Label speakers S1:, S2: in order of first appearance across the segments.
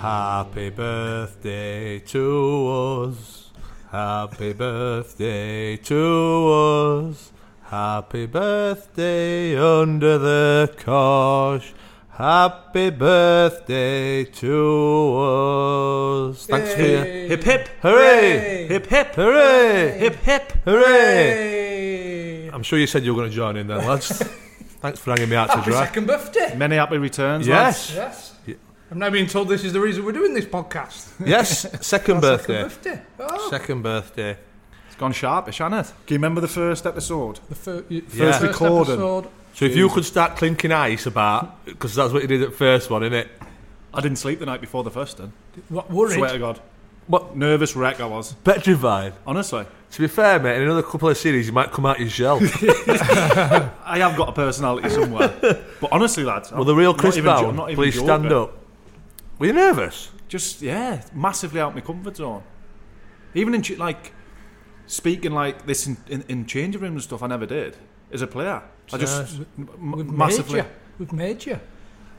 S1: Happy birthday to us. Happy birthday to us. Happy birthday under the cosh. Happy birthday to us. Thanks for your
S2: Hip hip.
S1: Hooray!
S2: Hip hip.
S1: Hooray!
S2: Hip hip.
S1: Hooray! I'm sure you said you were going to join in then, lads. Thanks for hanging me out to
S2: Happy
S1: dry.
S2: second birthday.
S3: Many happy returns. lads.
S1: Yes,
S2: Yes. I'm now being told this is the reason we're doing this podcast.
S1: yes, second birthday.
S2: Second birthday. Oh.
S1: Second birthday.
S3: It's gone sharpish, hasn't it? Can you remember the first episode?
S2: The fir- y- first,
S1: Yeah.
S3: recording.
S2: episode.
S1: So if you could start clinking ice about, because that's what you did at first one, innit?
S3: I didn't sleep the night before the first one.
S2: What
S3: Swear to
S2: worried?
S3: God.
S1: What?
S3: Nervous wreck I was.
S1: Petrified.
S3: Honestly.
S1: To be fair, mate, in another couple of series, you might come out your shell.
S3: I have got a personality somewhere. but honestly, lads.
S1: well, the real Chris
S3: not even jo-
S1: Brown,
S3: not even
S1: please
S3: joking.
S1: stand up. Were you nervous?
S3: Just, yeah, massively out my comfort zone. Even in, ch- like, speaking like this in, in, in changing rooms and stuff, I never did. As a player. I just m- m-
S2: We've
S3: massively.
S2: made you. We've made you.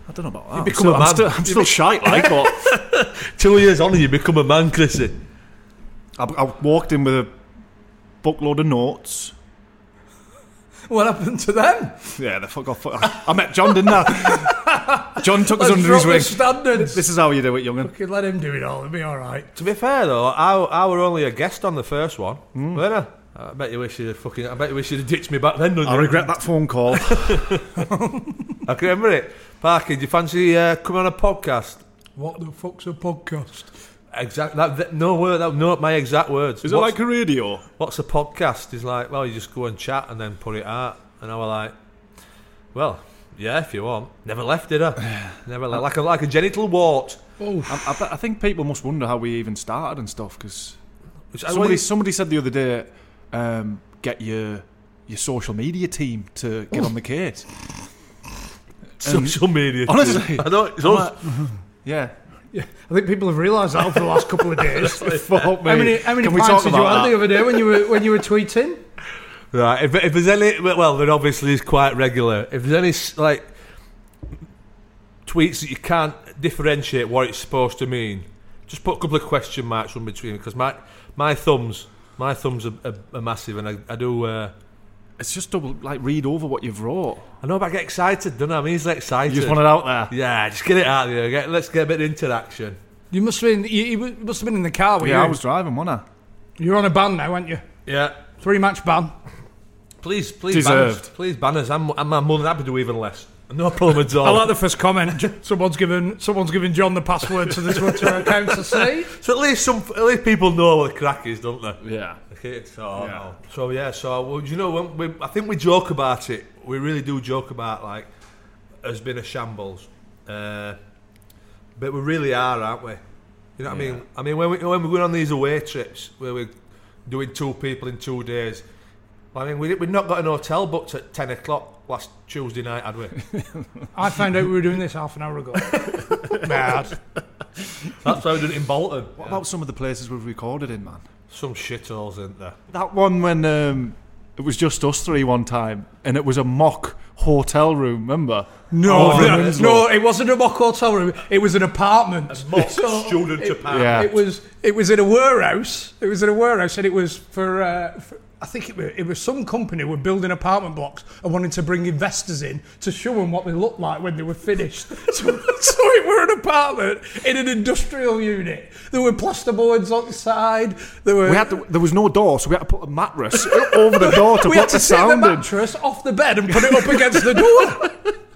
S3: I don't know about that.
S1: become a
S3: I'm
S1: man.
S3: still, I'm still shite, like, but.
S1: Two years on, and you become a man, Chrissy.
S3: I, I walked in with a bookload of notes.
S2: What happened to them?
S3: Yeah, the fuck off. I, I met John, didn't I? John took us
S2: Let's
S3: under
S2: drop
S3: his
S2: the
S3: wing.
S2: standards.
S3: This is how you do it, young'un.
S2: Fucking let him do it all. It'll be all right.
S1: To be fair though, I, I were only a guest on the first one,
S3: Hmm.
S1: weren't I? I bet you wish you'd fucking. I bet you wish you'd ditched me back then. Don't
S3: I
S1: you?
S3: regret that phone call.
S1: I can remember it. Parker, do you fancy uh, coming on a podcast?
S2: What the fuck's a podcast?
S1: Exact. That, that, no word. That, no, my exact words.
S3: Is it
S1: what's,
S3: like a radio?
S1: what's a podcast? He's like, well, you just go and chat and then put it out. And I was like, well, yeah, if you want. Never left, did I? Never left. Like a like a genital wart.
S3: I, I, bet- I think people must wonder how we even started and stuff because
S1: Which I- well,
S3: somebody,
S1: you-
S3: somebody said the other day, um, get your your social media team to get on the case.
S1: social media.
S3: Honestly,
S1: I know. It's
S3: I'm
S1: us.
S3: like, yeah.
S2: Yeah, I think people have realised that over the last couple of days.
S3: Fuck me.
S2: How many, how many
S3: Can we
S2: pints
S3: talk
S2: did you
S3: about
S2: have the
S3: that?
S2: other day when you were when you were tweeting?
S1: Right. If, if there's any, well, there obviously is quite regular. If there's any s- like tweets that you can't differentiate what it's supposed to mean, just put a couple of question marks in between because my my thumbs my thumbs are, are, are massive and I, I do. Uh,
S3: It's just double, like, read over what you've wrote.
S1: I know, but I get excited, don't I? I'm easily excited.
S3: You just want it out there.
S1: yeah, just get it out there. Get, let's get a bit of interaction.
S2: You must have been you, you must have been in the car. Were
S3: Yeah,
S2: you?
S3: I was driving, wasn't I?
S2: You're on a ban now, aren't you?
S1: Yeah.
S2: Three match ban.
S1: Please, please,
S3: Deserved.
S1: banners. Please, banners. I'm, I'm more than happy to do even less. No problem at all.
S2: I like the first comment. Someone's given someone's given John the password to the Twitter account to see.
S1: so at least some, at least people know what the crack is, don't they?
S3: Yeah.
S1: Okay, so
S3: Yeah.
S1: so yeah, so well, you know, when we, I think we joke about it. We really do joke about like has been a shambles, uh, but we really are, aren't we? You know what I mean? I mean, when we when we're going on these away trips where we're doing two people in two days, I mean, we we've not got an hotel booked at ten o'clock last Tuesday night, had we?
S2: I found out we were doing this half an hour ago. Mad.
S1: That's how we did it in Bolton.
S3: What about some of the places we've recorded in, man?
S1: Some shitholes, isn't there?
S3: That one when um, it was just us three one time, and it was a mock hotel room. Remember?
S2: No,
S3: Over in
S2: no,
S3: Winslow.
S2: no, it wasn't a mock hotel room. It was an apartment. A
S1: mock student apartment.
S3: Yeah.
S2: It was. It was in a warehouse. It was in a warehouse, and it was for. Uh, for I think it was, it was some company were building apartment blocks and wanted to bring investors in to show them what they looked like when they were finished. so, so it were an apartment in an industrial unit. There were plasterboards on the side. There were
S3: We had to, there was no door, so we had to put a mattress over the door to
S2: we
S3: put
S2: had to
S3: the
S2: take
S3: sound
S2: the
S3: in.
S2: mattress off the bed and put it up against the door.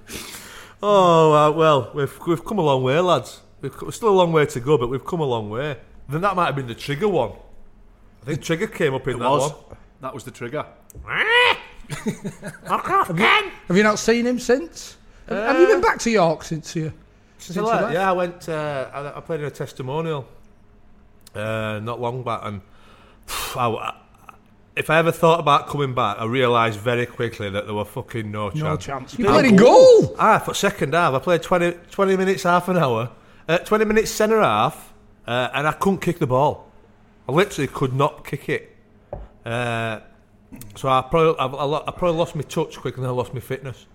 S1: Oh uh, well, we've we've come a long way, lads. We've, co- we're still a long way to go, but we've come a long way. Then that might have been the trigger one. I think trigger came up in
S3: It
S1: that
S3: was.
S1: one.
S3: That was the trigger.
S2: Have you not seen him since? Have, have you been back to York since you?
S1: So,
S2: since you
S1: like,
S2: left?
S1: yeah, I went. Uh, I, I played in a testimonial uh, not long back, and I, I- if I ever thought about coming back, I realised very quickly that there were fucking no chance.
S2: No chance. You played in goal.
S1: Ah, for second half, I played 20, 20 minutes, half an hour, uh, twenty minutes centre half, uh, and I couldn't kick the ball. I literally could not kick it. Uh, so I probably, I, I, lo- I probably lost my touch quicker than I lost my fitness,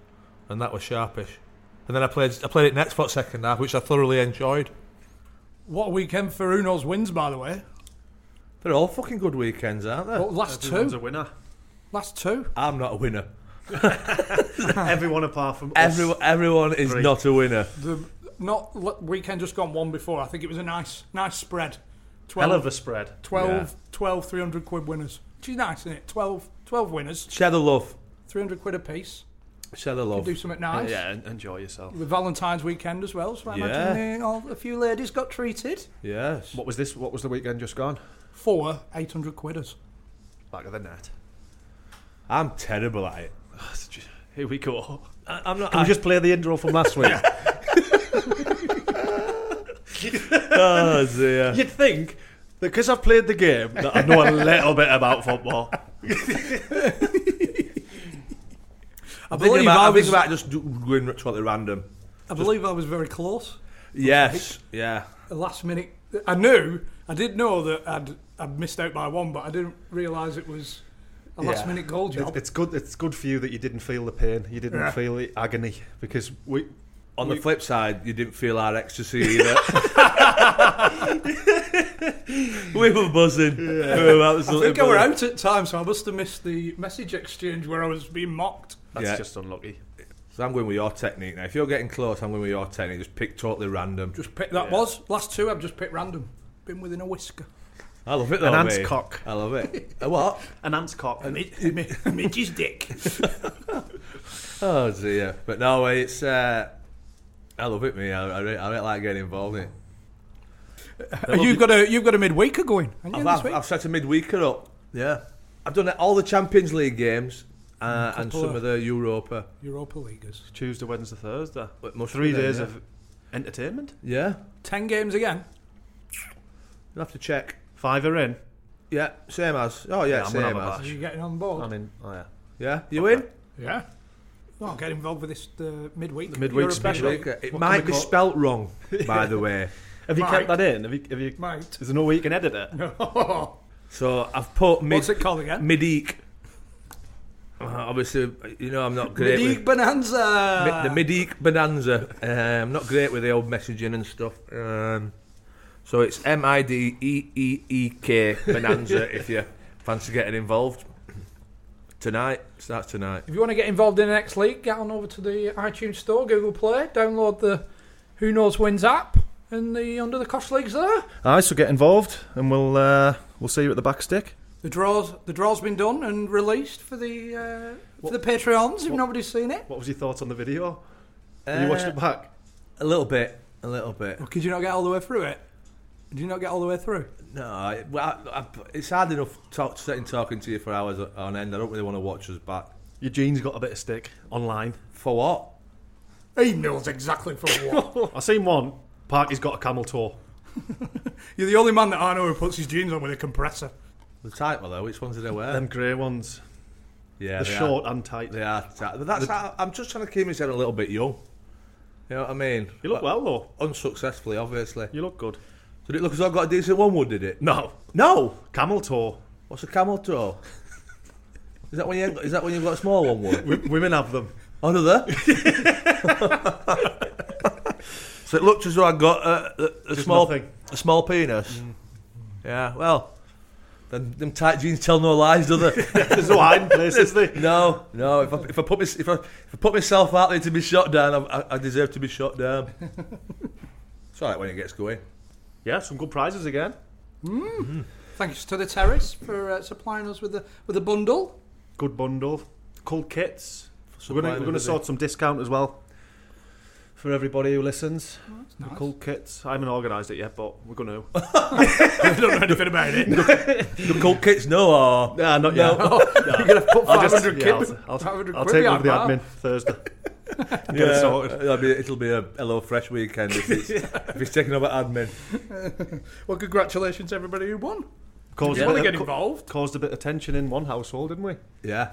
S1: and that was sharpish. And then I played, I played it next for second half, which I thoroughly enjoyed.
S2: What a weekend for Uno's wins, by the way.
S1: They're all fucking good weekends, aren't they?
S2: But last
S4: Everyone's a
S2: two.
S4: winner.
S2: Last two.
S1: I'm not a winner.
S4: Everyone apart from us.
S1: Everyone, everyone is not a winner.
S2: The not l- weekend just gone one before. I think it was a nice, nice spread. 12,
S4: Hell of a spread.
S2: 12,
S1: Yeah.
S2: 12 300 quid winners. Which is nice, isn't it? 12, 12 winners,
S1: Share the love.
S2: 300 quid apiece.
S1: Share the love.
S2: Do something nice.
S4: Yeah, en- enjoy yourself.
S2: With Valentine's weekend as well, so I imagine uh, all- a few ladies got treated.
S1: Yes.
S4: What was this? What was the weekend just gone?
S2: Four 800 quidders.
S4: Back of the net.
S1: I'm terrible at it.
S4: Here we go.
S1: I, I'm not.
S4: Can we just play the intro from last week?
S1: oh dear.
S4: You'd think that because I've played the game that I know a little bit about football.
S2: I
S1: I think
S2: believe
S1: about,
S2: I,
S1: I think
S2: was,
S1: about just do- going totally random.
S2: I believe I was very close.
S1: Yes. Yeah.
S2: a last minute. I knew, I did know that I'd I'd missed out by one, but I didn't realise it was a last minute goal job.
S4: It- It's good. It's good for you that you didn't feel the pain. You didn't
S2: Yeah.
S4: feel the agony because we.
S1: On the flip side, you didn't feel our ecstasy either. we were buzzing. We were
S2: I
S1: absolutely
S2: think I were
S1: buzzing.
S2: out at time, so I must have missed the message exchange where I was being mocked.
S4: That's
S1: Yeah.
S4: just unlucky.
S1: So I'm going with your technique now. If you're getting close, I'm going with your technique. Just pick totally random.
S2: Just pick that was last two. I've just picked random. Been within a whisker.
S1: I love it though.
S4: An ant's
S1: mate.
S4: cock.
S1: I love it. A what?
S4: An ant's cock.
S2: Midge's dick.
S1: Oh dear. But no, it's. Uh, I love it, me. I, I, really, I really like getting involved in it.
S2: Uh, you've got a you've got a midweeker going. haven't you,
S1: I've,
S2: this
S1: I've,
S2: week?
S1: I've set a midweeker up. Yeah. I've done all the Champions League games
S4: Mm,
S1: uh, and some
S2: of-
S1: of the Europa.
S2: Europa Leaguers.
S4: Tuesday, Wednesday, Thursday.
S1: It must
S4: Three
S1: be then,
S4: days
S1: yeah.
S4: of entertainment.
S1: Yeah.
S2: Ten games again.
S1: You'll have to check.
S4: Five are in.
S1: Yeah, same as. Oh, yeah,
S4: Yeah, I'm gonna
S1: same
S4: have a
S1: as.
S4: bash.
S2: Are you getting on board?
S4: I'm in. Oh yeah.
S1: Yeah, you in?
S2: yeah. Well, get involved with this uh, midweek. The
S4: midweek special.
S1: It
S4: What
S1: might
S4: can we
S1: be
S4: call-
S1: spelt wrong, by the way.
S4: Have you
S2: Mike.
S4: kept that in? Have you? Have you?
S2: Might.
S4: Is there no way you can edit it?
S1: So I've put mid,
S2: What's it called again?
S1: Mideek. Uh, obviously, you know I'm not great
S2: Midweek
S1: with
S2: bonanza.
S1: mi- the Mideek Bonanza. Uh, I'm not great with the old messaging and stuff. Um, so it's M I D E E E K Bonanza if you fancy getting involved. Tonight, starts tonight.
S2: If you want to get involved in the next league, get on over to the iTunes Store, Google Play, download the Who Knows Wins app, and the Under the Cost leagues there.
S4: Aye, so get involved, and we'll uh, we'll see you at the back stick.
S2: The draws, the draw's been done and released for the uh, for the Patreons. If nobody's seen it,
S4: What was your thoughts on the video? Have you watched it back?
S1: Uh, A little bit, a little bit.
S2: could you not get all the way through it? Did you not get all the way through?
S1: No, I, well, I, I, it's hard enough talk, sitting talking to you for hours on end. I don't really want to watch us back.
S4: Your jeans got a bit of stick online.
S1: For what?
S2: He knows exactly for what.
S4: I seen one. Parky's got a camel toe.
S2: You're the only man that I know who puts his jeans on with a compressor.
S1: The title though, which ones did I wear?
S4: Them grey ones.
S1: yeah,
S4: The
S1: they
S4: short
S1: Are,
S4: and tight.
S1: they are. Tight. But that's how, I'm just trying to keep myself a little bit young. You know what I mean?
S4: You look well though.
S1: Unsuccessfully, obviously.
S4: You look good.
S5: So did it look as though I got a decent one wood, did it?
S4: No,
S5: No.
S4: camel toe.
S5: What's a camel toe? Is that when you is that when you've got a small one wood?
S4: W- women have them.
S5: Another. so it looked as though I got a, a, a small
S4: nothing. Mm.
S5: a small penis. Yeah. Well, then them tight jeans tell no lies, do they?
S4: There's no hiding place, is there?
S5: No, no. If I, if I put my, if I, if I put myself out there to be shot down, I, I- I deserve to be shot down. it's all right when it gets going.
S4: Yeah, some good prizes again.
S6: Thanks to the Terrace for uh, supplying us with the with a bundle.
S4: Good bundle. Cool kits. We're
S5: supplying
S4: going we're to
S5: everything.
S4: sort some discount as well for everybody who listens. The cool kits. I haven't organised it yet, but we're going to.
S2: I don't know anything about it.
S5: The cult kids know, or
S4: Nah, not yet.
S6: You're gonna put
S4: I'll just-
S6: 500
S4: yeah, I'll-
S6: quid-
S4: I'll,
S6: 500
S4: I'll
S6: quid
S4: take over the
S6: behind
S4: admin
S6: bar.
S4: Thursday. Get
S5: Yeah,
S4: it sorted.
S5: It'll be, it'll be a Hello Fresh weekend if it's, if it's taking over admin.
S6: Well, congratulations to everybody who won.
S4: Caused,
S2: You want to
S4: a
S2: get
S4: bit of,
S2: involved?
S4: caused a bit of tension in one household, didn't we?
S5: Yeah,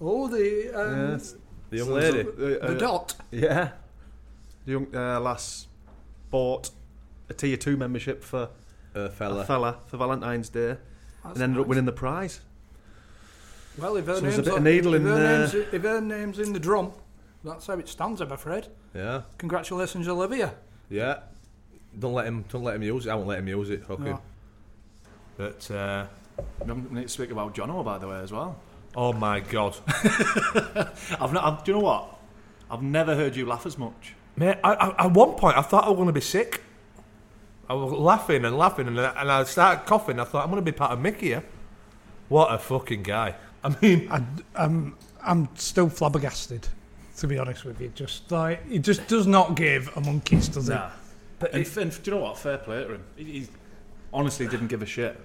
S6: Oh, the um,
S5: the young lady.
S4: Uh,
S6: the
S4: uh,
S6: dot.
S4: Yeah. The young uh, lass bought a tier two membership for
S5: Uh,
S4: a
S5: fella.
S4: fella for Valentine's Day
S6: That's
S4: and ended up
S6: nice.
S4: winning the prize.
S6: Well, if her
S4: So there's
S6: name's
S4: a bit of
S6: on-
S4: needle in
S6: if her
S4: there.
S6: name's, if her name's in the drum, that's how it stands. I'm afraid.
S5: Yeah,
S6: Congratulations, Olivia.
S5: yeah. Don't let him. Don't let him use it. I won't let him use it. Okay.
S6: No.
S1: But uh,
S3: We haven't- we need to speak about Jono, by the way, as well.
S1: oh my god,
S3: I've not. I've, do you know what? I've never heard you laugh as much.
S1: mate! I, I, at one point, I thought I was going to be sick. I was laughing and laughing, and I, and I started coughing. I thought I'm going to be part of Mickey. Here. What a fucking guy! I mean,
S2: I, am I'm still flabbergasted, to be honest with you. Just like it just does not give a monkey's, does it?
S3: But and, and do you know what? Fair play to him. He, he honestly didn't give a shit.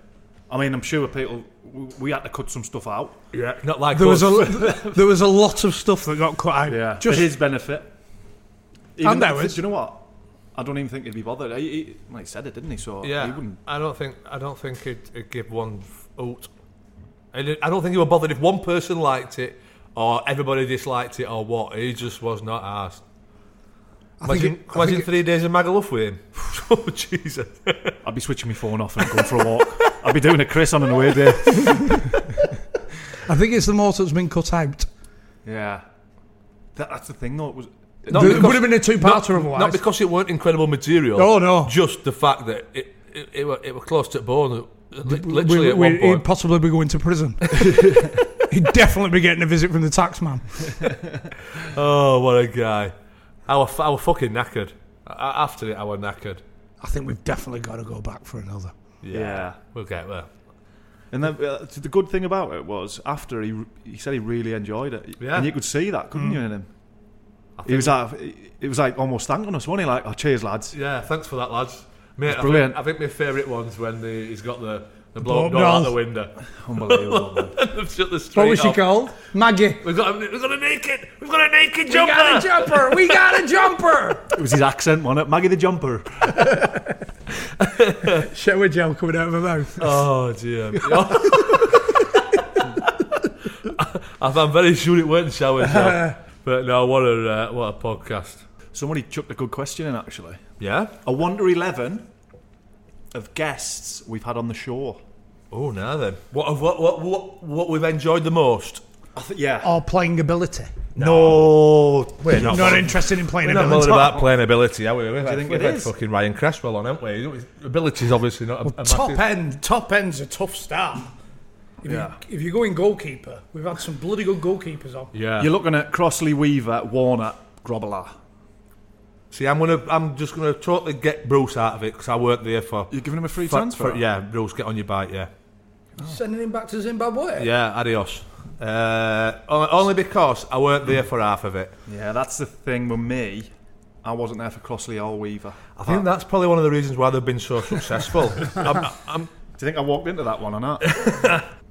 S3: I mean, I'm sure people. We, we had to cut some stuff out.
S1: yeah, not like
S2: There was a
S1: us.
S2: there was a lot of stuff that got cut out.
S3: Just
S2: Just
S3: for his benefit.
S2: And
S3: though-
S2: ours.
S3: Do you know what? I don't even think he'd be bothered. He, he, well, he said it, didn't he? So he
S1: Yeah,
S3: wouldn't.
S1: I don't think I don't think it'd, it'd give one f- oot. And it- I don't think he was bothered if one person liked it or everybody disliked it or what. He just was not asked.
S2: I think
S1: Imagine,
S2: it- I
S1: imagine
S2: think it-
S1: three days in Magaluf with him. oh Jesus!
S3: I'd be switching my phone off and going for a walk. I'd be doing a Chris on an away day.
S2: I think it's the more that's been cut out.
S3: yeah, that, that's the thing though. It was
S1: Not
S2: There- it
S1: because-
S2: would have been a two-parter otherwise.
S1: Not because it weren't incredible material.
S2: Oh, no.
S1: Just the fact that it it, it, were, it were close to bone. li- Literally
S2: We-
S1: at
S2: we-
S1: one
S2: he'd
S1: point.
S2: possibly be going to prison. he'd definitely be getting a visit from the tax man.
S1: oh, what a guy! I were, f- I were fucking knackered. A- a- After it, I were knackered.
S2: I think we've definitely got to go back for another.
S1: Yeah,
S3: Yeah.
S1: we'll get there.
S3: And then, uh, the good thing about it was after he he said he really enjoyed it,
S1: Yeah.
S3: and you could see that, couldn't you, in him? He was like, it was like almost thanking us, wasn't he? Like, oh, cheers, lads.
S1: Yeah, thanks for that, lads. Mate, I
S3: brilliant.
S1: Think, I think my favourite one's when the, he's got the, the blow
S2: Blow-up
S1: door out
S2: dolls.
S1: the window.
S3: Unbelievable. man.
S1: They've shut the street
S2: What was she
S1: off.
S2: called? Maggie.
S1: We've got, a, we've got a naked, we've got a naked jumper.
S2: jumper. We got a jumper.
S3: it was his accent, wasn't it? Maggie the jumper.
S2: Shower gel coming out of her mouth.
S1: Oh dear. I- I'm very sure it weren't shower gel. but no, what a uh, what a podcast.
S3: Somebody chucked a good question in actually.
S1: Yeah.
S3: A one to eleven of guests we've had on the show.
S1: Oh, now then, what of what what what what we've enjoyed the most?
S3: I think, yeah.
S2: Or playing ability.
S3: no.
S1: We're not.
S2: Not interested in playing
S1: we're not
S2: ability.
S1: bothered about playing ability, are we? We've had,
S3: think
S1: we've
S3: it
S1: had
S3: is?
S1: fucking Ryan Cresswell on, haven't we? Ability's obviously not a, a
S2: top
S1: massive-
S2: end, top end's a tough start. If,
S3: Yeah.
S2: you, if you're going goalkeeper, we've had some bloody good goalkeepers on.
S1: Yeah.
S3: You're looking at Crossley, Weaver, Warner, Grobbelaar.
S1: See, I'm gonna, I'm just gonna totally get Bruce out of it because I weren't there for.
S3: You're giving him a free
S1: for-
S3: transfer.
S1: for- yeah, Bruce, get on your bike. Yeah,
S6: Sending him back to Zimbabwe.
S1: yeah, adios. Uh, on- only because I weren't there for half of it.
S3: Yeah, that's the thing with me. I wasn't there for Crossley or Weaver.
S1: I think that's probably one of the reasons why they've been so successful. I'm, I'm,
S3: Do you think I walked into that one or not?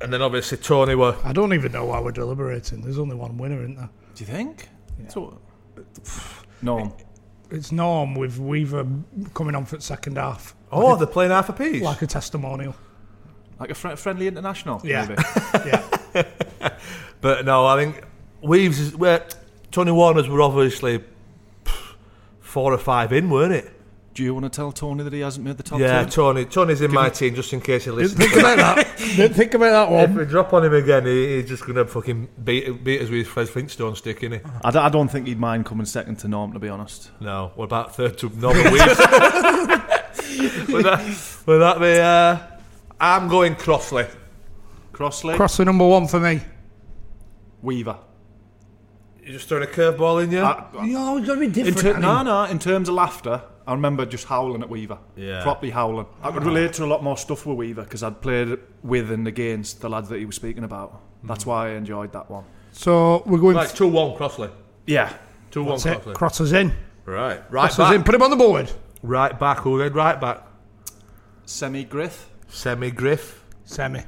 S1: and then obviously Tony were.
S2: I don't even know why we're deliberating. There's only one winner, isn't there?
S3: Do you think? So, no.
S2: It's Norm with Weaver coming on for the second half,
S1: Oh, they're playing half a piece.
S2: like a testimonial.
S3: Like a fri friendly international,
S2: Yeah.
S3: maybe.
S2: Yeah.
S1: But no, I think Weaves is where Tony Warners were obviously pff, four or five in, weren't it?
S3: Do you want to tell Tony that he hasn't made the top
S1: Yeah,
S3: ten?
S1: Tony. Tony's in my team just in case he listens.
S6: Think about that. Didn't think about that
S1: If
S6: one.
S1: we drop on him again, he, he's just going to fucking beat, beat us with his Flintstone stick, innit?
S3: I, d- I don't think he'd mind coming second to Norm, to be honest.
S1: No, what about third to Norman Weaves? would, that, would that be... Uh, I'm going Crossley.
S3: Crossley,
S6: Cross the number one for me.
S3: Weaver.
S1: You're just throwing a curveball in you?
S6: You always got to be
S3: In
S6: different.
S3: ter-
S6: haven't you?
S3: no, no. In terms of laughter, I remember just howling at Weaver.
S1: Yeah.
S3: Properly howling. I could relate to a lot more stuff with Weaver because I'd played with and against the lads that he was speaking about. That's why I enjoyed that one.
S6: So we're going
S1: Right, 2-1 Crossley.
S3: Yeah.
S1: 2-1
S6: That's it.
S1: Crossley.
S6: Crossers in.
S1: right. Right
S6: Crossers in.
S1: back.
S6: Put him on the board.
S1: Right back. Who then? Right back.
S3: Semi Griff.
S1: Semi-Griff.
S6: Semi.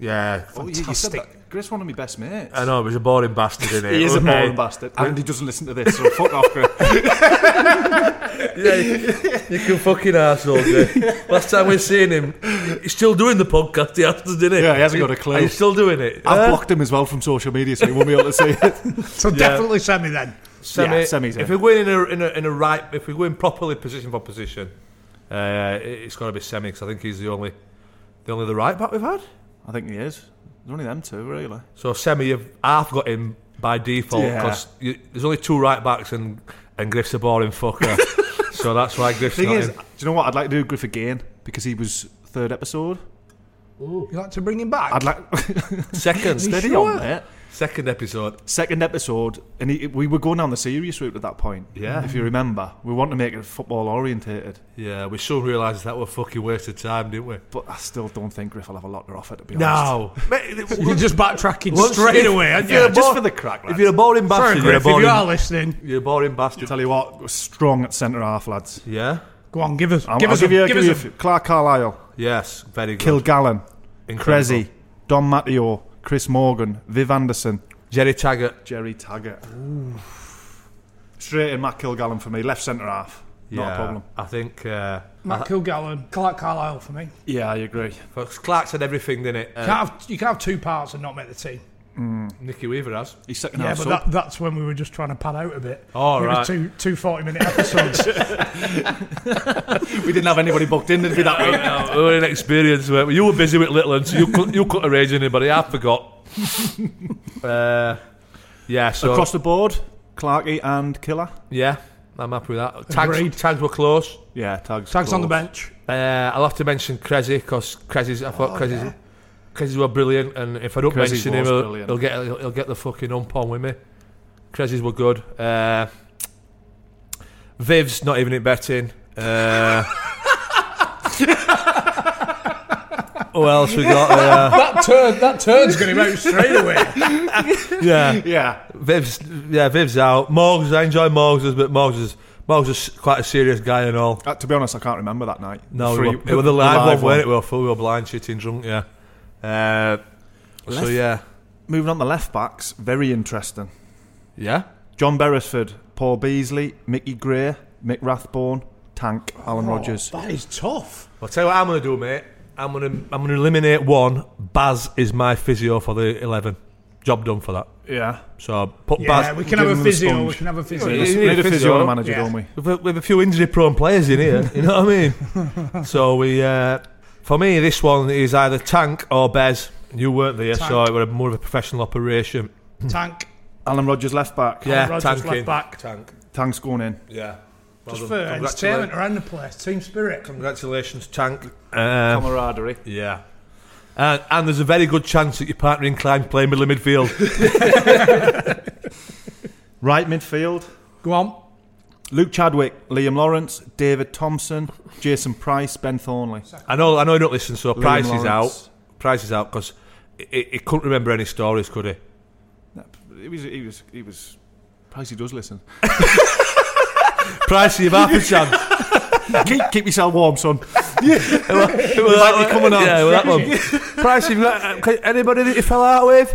S1: Yeah.
S3: Oh, you, you said
S6: Fantastic.
S3: that. Griff's one of my best mates.
S1: I know, he's a boring bastard, isn't he?
S3: He is a
S1: Okay.
S3: moron bastard, and he doesn't listen to this. So fuck off, Griff.
S7: Yeah, you, you can fucking arsehole, Griff. Last time we seen him, he's still doing the podcast, he has to, didn't he?
S3: Yeah, he hasn't got a clue.
S1: Are you still doing it? Uh,
S3: I've blocked him as well from social media, so he won't be able to see it.
S6: So definitely semi then.
S1: Semi,
S3: Yeah, semi's
S1: if
S3: in.
S1: we're going in a, in a, in a right, if we're going properly position for position, uh, it- it's got to be semi because I think he's the only, the only the right back we've had.
S3: I think he is. There's only them two, really.
S1: So semi, you've half got him by default
S3: Yeah.
S1: because there's only two right backs and and Griff's a boring fucker. so that's why Griff's
S3: Thing
S1: not
S3: is,
S1: in.
S3: do you know what? I'd like to do Griff again because he was third episode.
S6: You like to bring him back?
S3: I'd like
S1: second.
S3: steady on, mate.
S1: Second episode.
S3: Second episode, and he, we were going down the serious route at that point.
S1: Yeah.
S3: if you remember, we want to make it football orientated,
S1: Yeah, we soon realised that were fucking waste of time, didn't we?
S3: but I still don't think Griff will have a lot to offer. To be honest,
S1: No,
S6: You're just backtracking
S1: Once-
S6: straight
S1: if-
S6: away, aren't
S1: if you're
S6: you?
S1: a
S3: just
S1: bo-
S3: for the crack,
S1: If
S3: lads.
S1: you're a boring
S6: Sorry,
S1: bastard, you're a
S6: Griff, if you are
S1: boring,
S6: listening,
S1: you're a boring
S3: I
S1: bastard.
S3: tell you what, we're strong at centre half, lads.
S1: Yeah.
S6: go on, give us,
S3: I'll-
S6: give
S3: I'll
S6: us,
S3: give
S6: them,
S3: you,
S6: give
S3: give
S6: us
S3: you a
S6: them.
S3: few. Clark Carlisle,
S1: Yes. Very good.
S3: Kilgallen,
S1: Incredible.
S3: Crezzy, Don Matteo, Chris Morgan, Viv Anderson,
S1: Jerry Taggart.
S3: Jerry Taggart. Straight in Matt Kilgallen for me, left centre half. Not a
S1: Yeah,
S3: problem.
S1: I think uh,
S6: Matt Kilgallen, Clark Carlisle for me.
S3: Yeah, I agree.
S1: folks, Clark said everything, didn't it? Uh,
S6: Can't have, you can't have two parts and not make the team.
S1: Nicky Weaver has.
S3: He's second
S6: Yeah,
S3: half.
S6: but
S3: sub.
S6: that, that's when we were just trying to pad out a bit.
S1: Oh,
S6: It was
S1: right.
S6: Two, two 40 minute episodes.
S3: we didn't have anybody booked in to be that week.
S1: we were inexperienced, weren't we? You were busy with Littland, so you couldn't, you couldn't arrange anybody. I forgot. uh, yeah, so
S3: Across the board, Clarkey and Killer.
S1: yeah, I'm happy with that. Tags,
S6: Agreed.
S1: tags were close.
S3: Yeah, tags.
S6: Tags on the
S3: close.
S6: bench.
S1: Uh, I'll have to mention Crezzy because Crezzy's. I thought Crezzy's. Crezzy were brilliant, and if I don't
S3: Crezzy
S1: mention him,
S3: was
S1: he'll,
S3: brilliant.
S1: he'll get he'll, he'll get the fucking ump on with me. Crezzy's were good. Uh, Viv's not even in betting. Uh, who else we got?
S6: That turn, that turn's going to go straight away.
S1: there? yeah,
S3: Yeah,
S1: Viv's. Yeah, Viv's out. Morgs. I enjoy Morgs, but Morgs is Morgs is quite a serious guy and all.
S3: Uh, to be honest, I can't remember that night.
S1: No,
S3: Three-
S1: we were, we were the live, one, weren't it? We were full, we were blind, shitting, drunk. Yeah. Uh, so
S3: Left-
S1: yeah.
S3: Moving on the left backs, very interesting.
S1: Yeah.
S3: John Beresford, Paul Beasley, Mickey Gray, Mick Rathbone, Tank, Alan Rogers.
S6: Oh, That is tough.
S1: I'll tell you what I'm going to do, mate. I'm going to I'm going to eliminate one. Baz is my physio for the 11. Job done for that.
S3: Yeah,
S1: So put
S6: Yeah,
S1: Baz.
S6: we can
S3: give
S6: have a
S3: him the
S6: physio.
S3: sponge.
S6: We can have a physio.
S1: Yeah, you
S3: we
S1: need
S3: need
S1: a
S3: a physio
S1: physio.
S3: and a manager,
S6: Yeah.
S3: don't we?
S1: We've, we've a few injury prone players in here. you know what I mean? so we uh, for me this one is either Tank or Bez. You weren't there, so
S6: Tank.
S1: it was more of a professional operation.
S6: Tank.
S3: Alan Rogers left back.
S1: Yeah,
S6: Rogers
S1: Tank
S6: left
S1: in.
S6: back.
S1: Tank.
S3: Tank's going in.
S1: Yeah. Well
S6: Just for
S1: done.
S6: entertainment around the place. Team spirit.
S1: Congratulations, Tank. Um,
S3: Camaraderie.
S1: Yeah. And, and there's a very good chance that your partner inclined playing middle of midfield.
S3: Right midfield.
S6: Go on.
S3: Luke Chadwick, Liam Lawrence, David Thompson, Jason Price, Ben Thornley.
S1: I know, I know, you don't listen. So
S3: Liam
S1: Price is
S3: Lawrence.
S1: out. Price is out because he, he couldn't remember any stories, could he?
S3: He was, he was, he was. Price, he does listen.
S1: Price, you've half a chance.
S3: keep, keep yourself warm, son.
S1: it was
S3: might be coming on.
S1: Yeah, well, that one. Price, you've got uh, can- anybody that you fell out with?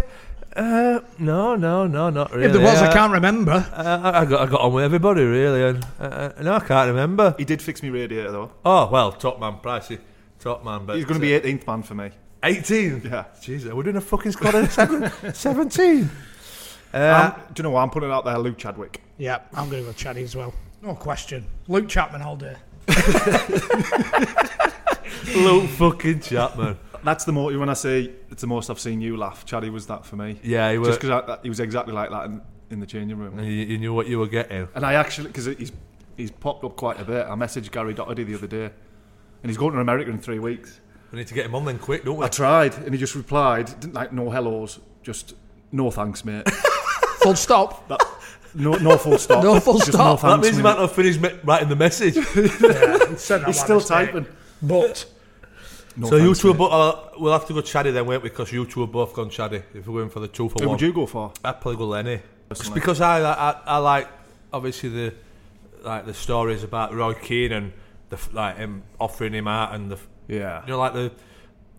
S1: Uh, no, no, no, not really.
S6: If there was,
S1: Uh,
S6: I can't remember.
S1: Uh, I, I got, I got on with everybody really, and uh, uh, no, I can't remember.
S3: He did fix me radiator though.
S1: Oh well, top man, Pricey, top man. But
S3: He's going to be 18th man for me.
S1: 18.
S3: Yeah.
S1: Jesus, we're doing a fucking squad of seven, 17.
S3: Um,
S1: Uh,
S3: do you know what? I'm putting it out there, Luke Chadwick.
S6: Yeah, I'm going to go Chaddy as well. No question. Luke Chapman all day.
S1: Luke fucking Chapman.
S3: That's the most when I say it's the most I've seen you laugh. Chaddy was that for me.
S1: Yeah, he was.
S3: Just because he was exactly like that in, in the changing room.
S1: You, you knew what you were getting.
S3: And I actually, because he's he's popped up quite a bit. I messaged Gary Doherty the other day, and he's going to America in three weeks.
S1: We need to get him on then quick, don't we?
S3: I tried, and he just replied, didn't like no hellos, just no thanks, mate.
S6: Full stop.
S3: No, no full stop.
S6: No full
S3: Just
S6: stop.
S3: No
S1: that
S3: thanks,
S1: means he
S3: mate.
S1: might not finish me- writing the message.
S6: Said that
S3: He's
S6: by
S3: still
S6: mistake.
S3: typing.
S6: But
S3: No
S1: so you
S3: thanks,
S1: two are
S3: mate.
S1: both. Uh, we'll have to go chatty then, won't we? Because you two are both gone chatty. If we're going for the two for
S3: Who
S1: one,
S3: would you go for?
S1: I'd probably go Lenny. It's because I, li- I I like obviously the like the stories about Roy Keane and the f- like him offering him out and the f-
S3: Yeah.
S1: you know like the.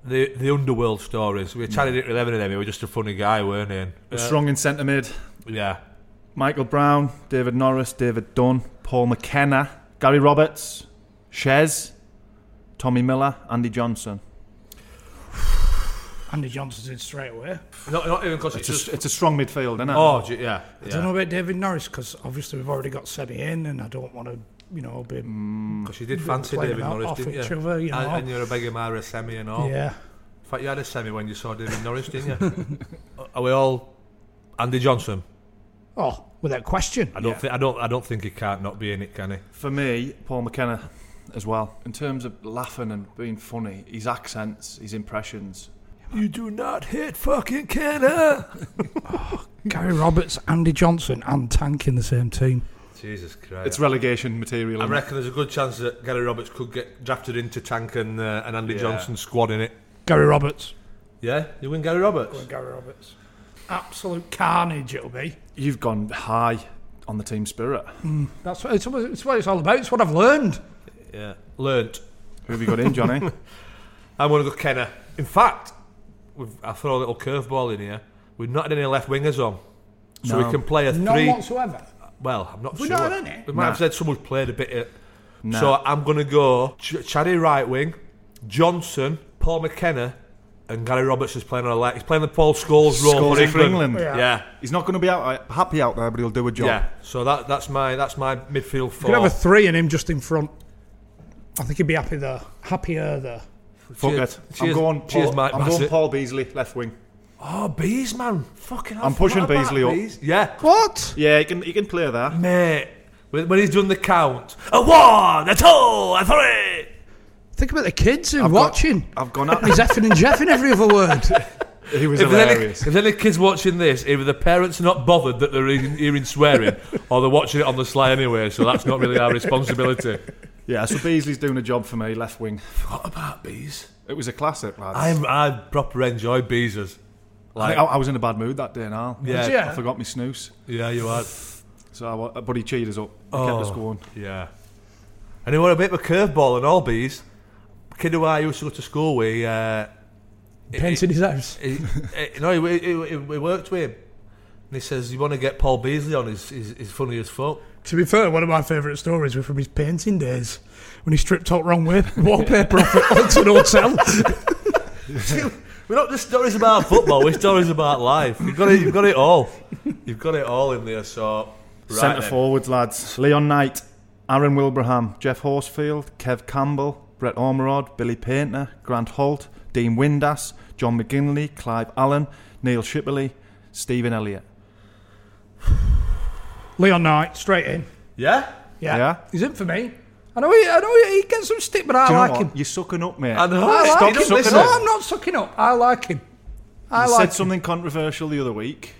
S1: The, the underworld stories. We chatted it with eleven of them. He was just a funny guy, weren't he? And,
S3: A strong in centre mid.
S1: yeah,
S3: Michael Brown, David Norris, David Dunn, Paul McKenna, Gary Roberts, Shez, Tommy Miller, Andy Johnson.
S6: Andy Johnson's in straight away.
S1: not, not even because it's,
S3: It's a,
S1: just,
S3: it's a strong midfield, isn't it?
S1: oh j- yeah.
S6: I
S1: yeah.
S6: don't know about David Norris because obviously we've already got Semi in, and I don't want to, you know, be.
S1: Because you did
S6: They were
S1: fancy
S6: playing
S1: David
S6: about
S1: Norris,
S6: off
S1: didn't you?
S6: each other, you
S1: and,
S6: know.
S1: and you're a big Amara semi and
S3: Oh.
S1: all.
S6: Yeah,
S1: In fact, you had a semi when you saw David Norris, didn't you? Are we all Andy Johnson?
S6: Oh, without question.
S1: I don't think I don't I don't think he can't not be in it, can he?
S3: For me, Paul McKenna as well. In terms of laughing and being funny, his accents, his impressions.
S1: You do not hit fucking Kenna.
S6: Gary Roberts, Andy Johnson, and Tank in the same team.
S1: Jesus Christ!
S3: It's relegation material.
S1: I
S3: isn't it?
S1: reckon there's a good chance that Gary Roberts could get drafted into Tank and uh, and Andy
S3: Yeah.
S1: Johnson squad in it.
S6: Gary Roberts.
S1: Yeah, you win Gary Roberts.
S6: Gary Roberts. Absolute carnage it'll be.
S3: You've gone high on the team spirit.
S6: That's what it's, what- it's what it's all about. It's what I've learned.
S1: Yeah, learnt.
S3: Who have you got in, Johnny?
S1: I'm going to go Kenna. In fact, we've, I throw a little curveball in here. We've not had any left wingers on, so
S3: No.
S1: we can play a
S6: None
S1: three.
S6: whatsoever.
S1: Well, I'm not
S6: We're
S1: sure.
S6: not in it.
S1: We might have said someone's played a bit. Of,
S3: Nah.
S1: So I'm going to go Ch- Chaddy right wing, Johnson, Paul McKenna, and Gary Roberts is playing on a left. He's playing the Paul Scholes role
S3: Scholes
S1: for
S3: in for
S1: England.
S3: England.
S1: Yeah.
S6: Yeah.
S1: yeah.
S3: He's not going to be out uh, happy out there, but he'll do a job.
S1: so that that's my that's my midfield
S6: You could
S1: four.
S6: have a three and him just in front. I think he'd be happy there. Happier there.
S3: Fuck
S1: Cheers-
S3: it.
S1: cheers-
S3: I'm going. Paul,
S1: cheers, Mike
S3: I'm going
S1: Bassett.
S3: Paul Beasley, left wing.
S1: oh, Bees, man, fucking. I
S3: I'm pushing
S1: forgot about
S3: Beasley up.
S1: Bees. Yeah,
S6: What?
S3: Yeah, he can he can play there.
S1: mate. When when he's done the count, a one, a two, a three.
S6: Think about the kids who are
S3: I've got-
S6: watching.
S3: I've gone up.
S6: He's effing and jeffing every other word.
S3: he was
S1: If there's, any,
S3: hilarious.
S1: if there's any kids watching this, either the parents are not bothered that they're hearing, hearing swearing, or they're watching it on the sly anyway. So that's not really our responsibility.
S3: Yeah, so Beasley's doing a job for me, left wing.
S1: What about bees?
S3: It was a classic, lads.
S1: I I proper enjoy beesers.
S3: I,
S1: Like,
S3: think I, I was in a bad mood that day, and all.
S1: Yeah. Did
S6: ya?
S3: I forgot my snooze.
S1: yeah, you are.
S3: So, I, wa- but he cheated us up. He
S1: Oh.
S3: kept us going.
S1: Yeah. And he were a bit of a curveball and all bees. Kid who I used to go to school with, uh,
S6: Painted his house.
S1: he, he, no, he, he, he- we worked with him. And he says, You want to get Paul Beasley on? He's, he's, he's funny as fuck.
S6: To be fair, one of my favourite stories were from his painting days when he stripped out wrong way wallpaper off at Hilton Hotel.
S1: We're not just stories about football, we're stories about life. You've got it, you've got it all. You've got it all in there, so. Right
S3: Centre
S1: then.
S3: forwards, lads. Leon Knight, Aaron Wilbraham, Jeff Horsfield, Kev Campbell, Brett Ormerod, Billy Painter, Grant Holt, Dean Windass, John McGinley, Clive Allen, Neil Shipperley, Stephen Elliott.
S6: Leon Knight, straight in.
S1: Yeah?
S6: Yeah.
S3: Yeah.
S6: He's in for me. I know he, I know he, he gets some stick, but I
S3: Do you know
S6: like
S3: what?
S6: him.
S3: You're sucking up, mate.
S1: I know.
S6: I
S1: Stop
S6: like him.
S1: sucking
S6: No,
S1: up.
S6: I'm not sucking up. I like him. I
S3: You
S6: like
S3: said
S6: him.
S3: something controversial the other week.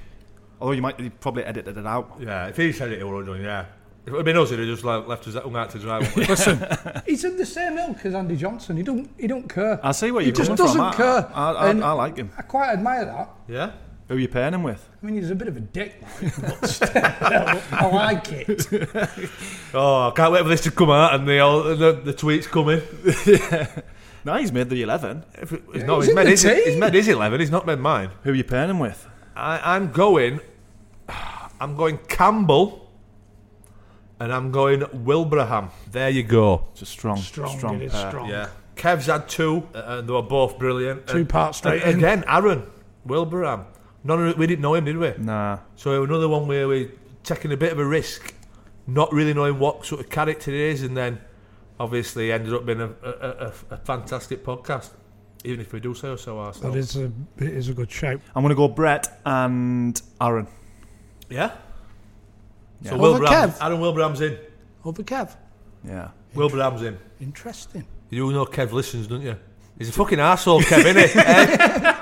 S3: Although you might you probably edited it out.
S1: Yeah, if he said it, he would have done, yeah. If it had been us, he'd have just like, left us hung out to dry. wouldn't he?
S6: Listen, he's in the same ilk as Andy Johnson. He don't. He don't care.
S3: I see where
S6: He
S3: you're
S6: just
S3: coming
S6: doesn't
S3: from. I-
S6: care.
S3: I, I, I,
S6: And-
S3: I like him.
S6: I quite admire that.
S1: yeah?
S3: Who are you pairing him with?
S6: I mean, he's a bit of a dick. But still, I like it.
S1: Oh, I can't wait for this to come out and the, all, the, the tweets coming.
S3: No, he's made the 11.
S1: If it- He's not.
S6: he's
S1: He's
S6: in
S1: made
S6: the
S1: his.
S6: team.
S1: He's made his eleven. He's not made mine.
S3: Who are you pairing him with?
S1: I, I'm going. I'm going Campbell. And I'm going Wilbraham. There you go.
S3: It's a strong,
S6: Strong.
S3: strong, uh,
S6: it is
S3: pair.
S6: strong.
S1: Yeah. Kev's had two, uh, and they were both brilliant.
S6: Two
S1: And-
S6: parts straight
S1: and
S6: in.
S1: Again, Aaron Wilbraham. None of, we didn't know him, did we?
S3: Nah.
S1: So another one where we're taking a bit of a risk, not really knowing what sort of character he is, and then obviously ended up being a, a, a, a fantastic podcast, even if we do say so ourselves.
S6: That is a it is a good shout.
S3: I'm going to go Brett and Aaron.
S1: Yeah. So
S6: Over
S1: Wilbraham,
S6: Kev.
S1: Aaron Wilbraham's in.
S6: Over Oh, Kev.
S3: Yeah.
S1: Wilbraham's in.
S6: Interesting.
S1: You do know Kev listens, don't you? He's a fucking arsehole, Kev, isn't he? Eh?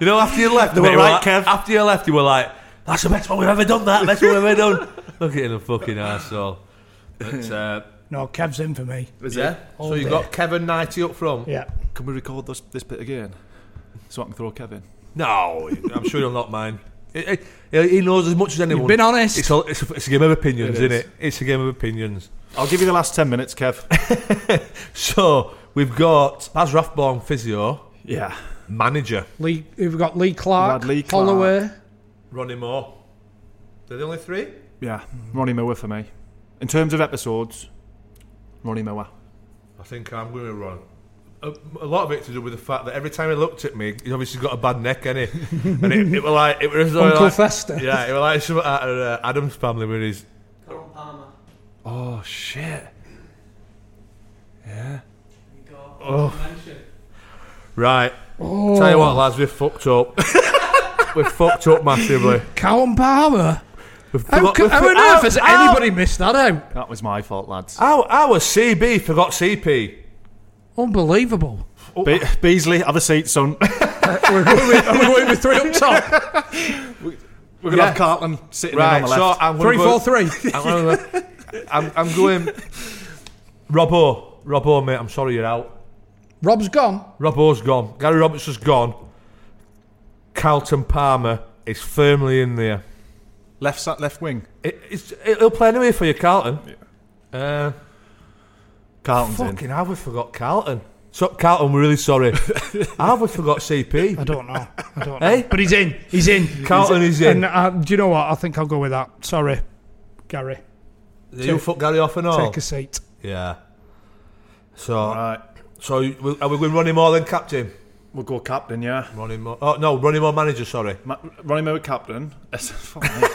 S1: you know, after you left,
S3: They
S1: mate,
S3: were
S1: you
S3: right,
S1: like,
S3: Kev.
S1: After you left, you were like, that's the best one we've ever done, that. Best one we've ever done. Look at him, a fucking arsehole. But, uh,
S6: No, Kev's in for me.
S1: yeah. So you got Kevin Knighty up front?
S6: Yeah.
S3: Can we record this this bit again? So I can throw Kevin.
S1: No, I'm sure he'll not mind. He, he- he knows as much as anyone.
S6: been honest.
S1: It's a, it's a, it's a game of opinions,
S3: It
S1: is isn't
S3: is.
S1: it? It's a game of opinions.
S3: I'll give you the last 10 minutes, Kev.
S1: So we've got Baz Rathbone, physio,
S3: yeah.
S1: manager,
S6: Lee, we've got Lee Clark,
S3: We've had Lee Clark.
S6: Holloway.
S1: Ronnie Moore. They're the only three?
S3: Yeah. Ronnie Mower for me. In terms of episodes, Ronnie Mower.
S1: I think I'm going to run. A, a lot of it to do with the fact that every time he looked at me, he's obviously got a bad neck, any, and it, it was like it was
S6: Uncle
S1: like,
S6: Fester.
S1: Yeah, it was like something out of uh, Adam's family with his.
S8: Colin Palmer.
S1: Oh shit!
S8: You got oh. mention.
S1: Right.
S6: Oh.
S1: Tell you what, lads, we're fucked up. we're fucked up massively.
S6: Callum Palmer.
S1: We've
S6: How,
S1: forgot-
S6: co-
S1: we've
S6: how
S1: for-
S6: on earth has
S1: how-
S6: anybody missed that out?
S3: That was my fault, lads.
S1: How, how was CB forgot CP?
S6: Unbelievable.
S3: Be- Beasley, have a seat, son.
S6: we're going with, are we going with three up top.
S3: We're going to
S1: Yeah.
S3: have Cartland sitting in
S1: Right,
S3: on the
S1: so
S3: left.
S1: I'm
S6: Three,
S1: going
S6: four, three.
S1: I'm, I'm, I'm going. Robbo, Robbo, mate. I'm sorry you're out.
S6: Rob's gone.
S1: Robbo's gone. Gary Robertson's gone. Carlton Palmer is firmly in there.
S3: left, sa- left wing.
S1: It, it's, it, he'll play anyway for you, Carlton. Uh,
S3: Carlton's in.
S1: fucking, how we forgot Carlton? So, Carlton, we're really sorry. how we forgot CP?
S6: I don't know. I don't know.
S1: Eh?
S6: But he's in. He's in.
S1: Carlton is in.
S6: And uh, do you know what? I think I'll go with that. Sorry, Gary.
S1: you fuck Gary off and all.
S6: Take a seat.
S1: Yeah. So,
S3: Right.
S1: so you- will- are we going Ronnie Moore then captain?
S3: We'll go captain, yeah.
S1: Ronnie Moore. Oh no, Ronnie Moore manager. Sorry.
S3: Ma- Ronnie Mower captain. Fuck me.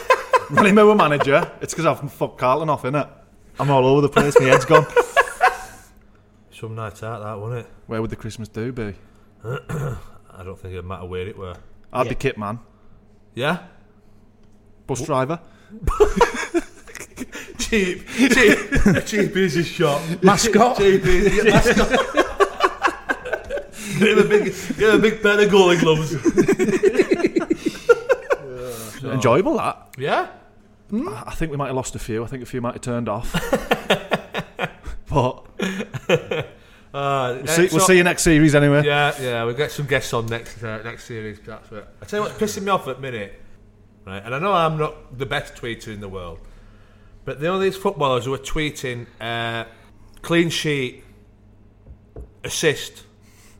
S3: Ronnie Mower manager. It's because I've fucked Carlton off, innit? I'm all over the place. My head's gone.
S1: Some night out that, wasn't it?
S3: Where would the Christmas do be?
S1: I don't think it'd matter where it were.
S3: I'd be kit man.
S1: Yeah.
S3: Bus driver.
S1: Cheap, cheap, cheap is his shop.
S6: Mascot.
S1: Cheap is your mascot. Give him a big, give him a big pair of goalie gloves.
S3: Enjoyable, that.
S1: Yeah.
S3: I I think we might have lost a few. I think a few might have turned off. but
S1: Uh,
S3: we'll see, we'll see you next series anyway.
S1: Yeah, yeah, we'll get some guests on next uh, next series. That's it. I tell you what's pissing me off at the minute, right? And I know I'm not the best tweeter in the world, but there are these footballers who are tweeting uh, clean sheet, assist,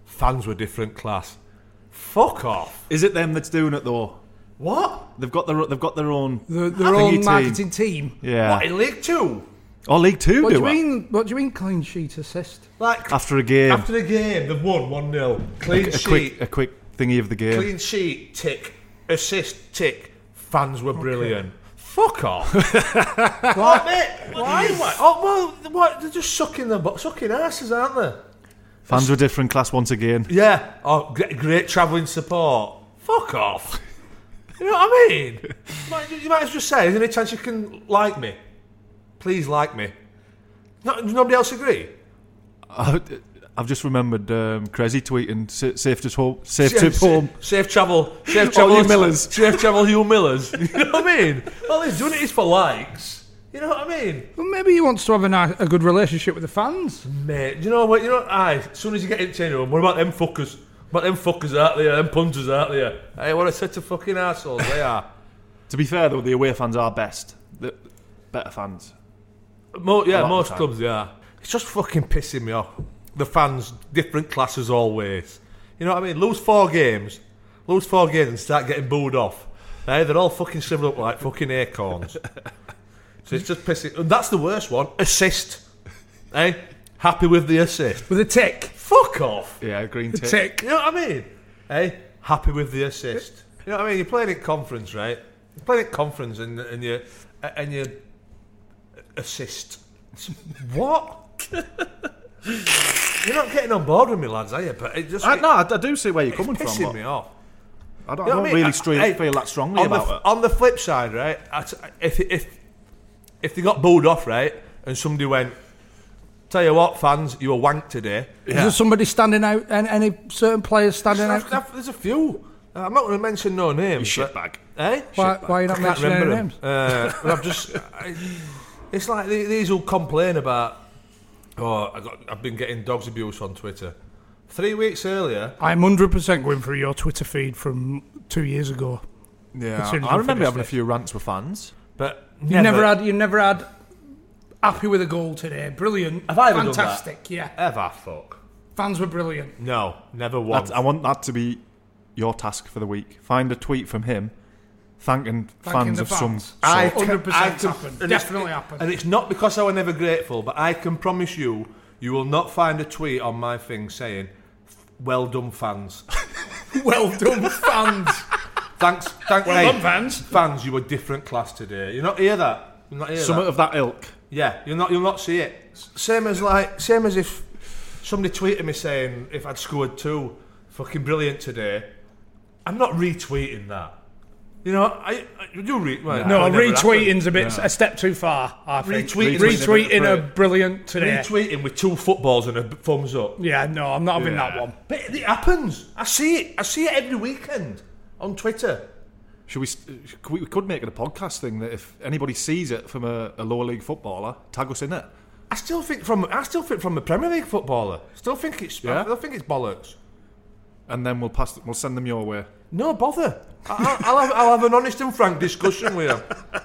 S1: fans were different class. Fuck off.
S3: Is it them that's doing it though?
S1: What?
S3: They've got their they've got their own
S6: The, their
S3: thingy
S6: own
S3: team.
S6: marketing team.
S3: Yeah.
S1: What in League Two?
S3: Or League Two
S6: What do
S3: do,
S6: you
S3: it
S6: mean? What do you mean? Clean sheet assist.
S1: Like
S3: after a game.
S1: after the game, they've won one 0 Clean
S3: a
S1: sheet,
S3: quick a quick thingy of the game.
S1: clean sheet, tick, assist, tick. Fans were brilliant. Fuck off.
S6: What?
S1: Why? Why? Oh well, what? They're just sucking their butt, sucking asses, aren't they?
S3: Fans were different class once again.
S1: Yeah. Oh, great, great travelling support. Fuck off. You know what I mean? You might, you might as well say, "Is there any chance you can like me? Please like me." No, does nobody else agree.
S3: I, I've just remembered um, Crazy tweeting "Sa- safe to home, safe to
S1: Safe-
S3: home.
S1: Safe travel. Safe
S3: All
S1: travel.
S3: you Millers.
S1: Safe travel. Hugh Millers. You know what I mean? All he's doing it is for likes. You know what I mean?
S6: Well, maybe he wants to have a, nice, a good relationship with the fans.
S1: Mate, you know what? You know, aye. As soon as you get into change room, what about them fuckers? What about them fuckers out there? Them punters out there? Hey, what a set of fucking assholes they are.
S3: To be fair though, the away fans are best. The better fans.
S1: Mo-
S3: A lot
S1: yeah,
S3: of
S1: most
S3: the time.
S1: clubs they are. It's just fucking pissing me off. The fans, different classes always. You know what I mean? Lose four games, lose four games, and start getting booed off. Hey, they're all fucking shriveled up like fucking acorns. so it's just pissing. And that's the worst one. Assist. Hey, happy with the assist.
S6: With a tick.
S1: Fuck off.
S3: Yeah, green tick.
S6: Tick.
S1: You know what I mean? Hey, happy with the assist. You know what I mean? You're playing at conference, right? You're playing at conference and and you and you assist. What? You're not getting on board with me, lads, are you? But it just
S9: I,
S1: it-
S9: no, I, I do see where you're
S1: it's
S9: coming from.
S1: pissing
S9: but
S1: me off.
S9: I don't,
S1: You know
S9: I don't
S1: what I mean?
S9: really
S1: I-
S9: stre-
S1: hey,
S9: feel that strongly
S1: on
S9: about
S1: the, f-
S9: it.
S1: On the flip side, right? I t- If if if they got booed off, right, and somebody went, "Tell you what, fans, you were wanked today."
S6: Is there somebody standing out? And any certain players standing
S1: There's,
S6: out?
S1: there's a few. Uh, I'm not going to mention no names.
S9: You
S1: but-
S9: shitbag.
S1: Eh?
S6: Why- why are you not
S1: I can't
S6: mentioning any
S1: remember 'em. Uh, but I've just. I, it's like the- these who complain about. Oh, I got, I've been getting dogs abuse on Twitter. Three weeks earlier,
S6: I'm 100% going through your Twitter feed from two years ago.
S9: Yeah,
S6: As soon as
S9: I
S6: we
S9: remember
S6: finished
S9: having a
S6: it.
S9: few rants with fans.
S1: but
S6: You never, had. You never had. Happy with a goal today. Brilliant.
S1: Have I ever done that?
S6: Fantastic. Yeah.
S1: ever fuck.
S6: Fans were brilliant.
S1: No, never once.
S9: That, I want that to be your task for the week. Find a tweet from him thanking,
S6: Thanking
S9: fans
S6: the
S9: of some.
S6: fans.
S9: sort.
S6: I-
S1: can-
S6: 100%
S1: can- and
S6: happened.
S1: it's-
S6: Definitely happened.
S1: And it's not because I were never grateful, but I can promise you, you will not find a tweet on my thing saying, "Well done, fans."
S6: Well done, fans.
S1: Thanks, thank
S6: Well
S1: hey,
S6: done, fans.
S1: Fans, you were different class today. You not hear that? You not hear
S4: Some
S1: that?
S4: of that ilk.
S1: Yeah, you'll not you'll not see it. S- Same as like same as if somebody tweeted me saying if I'd scored two, fucking brilliant today. I'm not retweeting that. You know, I, I you do re- well,
S6: No,
S1: that never
S6: retweeting's a
S1: happened.
S6: bit a step too far. I think.
S1: Retweeting's a
S6: retweeting,
S1: bit
S6: a
S1: appropriate.
S6: brilliant today.
S1: Retweeting with two footballs and a b- thumbs up.
S6: Yeah, no, I'm not having
S1: Yeah.
S6: that one.
S1: But it happens. I see it. I see it every weekend on Twitter.
S9: Should we, st- could we? We could make it a podcast thing that if anybody sees it from a, a lower league footballer, tag us in it.
S1: I still think from I still think from a Premier League footballer. Still think it's I
S9: Yeah?
S1: still think it's bollocks.
S9: and then we'll pass. We'll send them your way.
S1: No bother. I- I'll, I'll, have, I'll have an honest and frank discussion with him.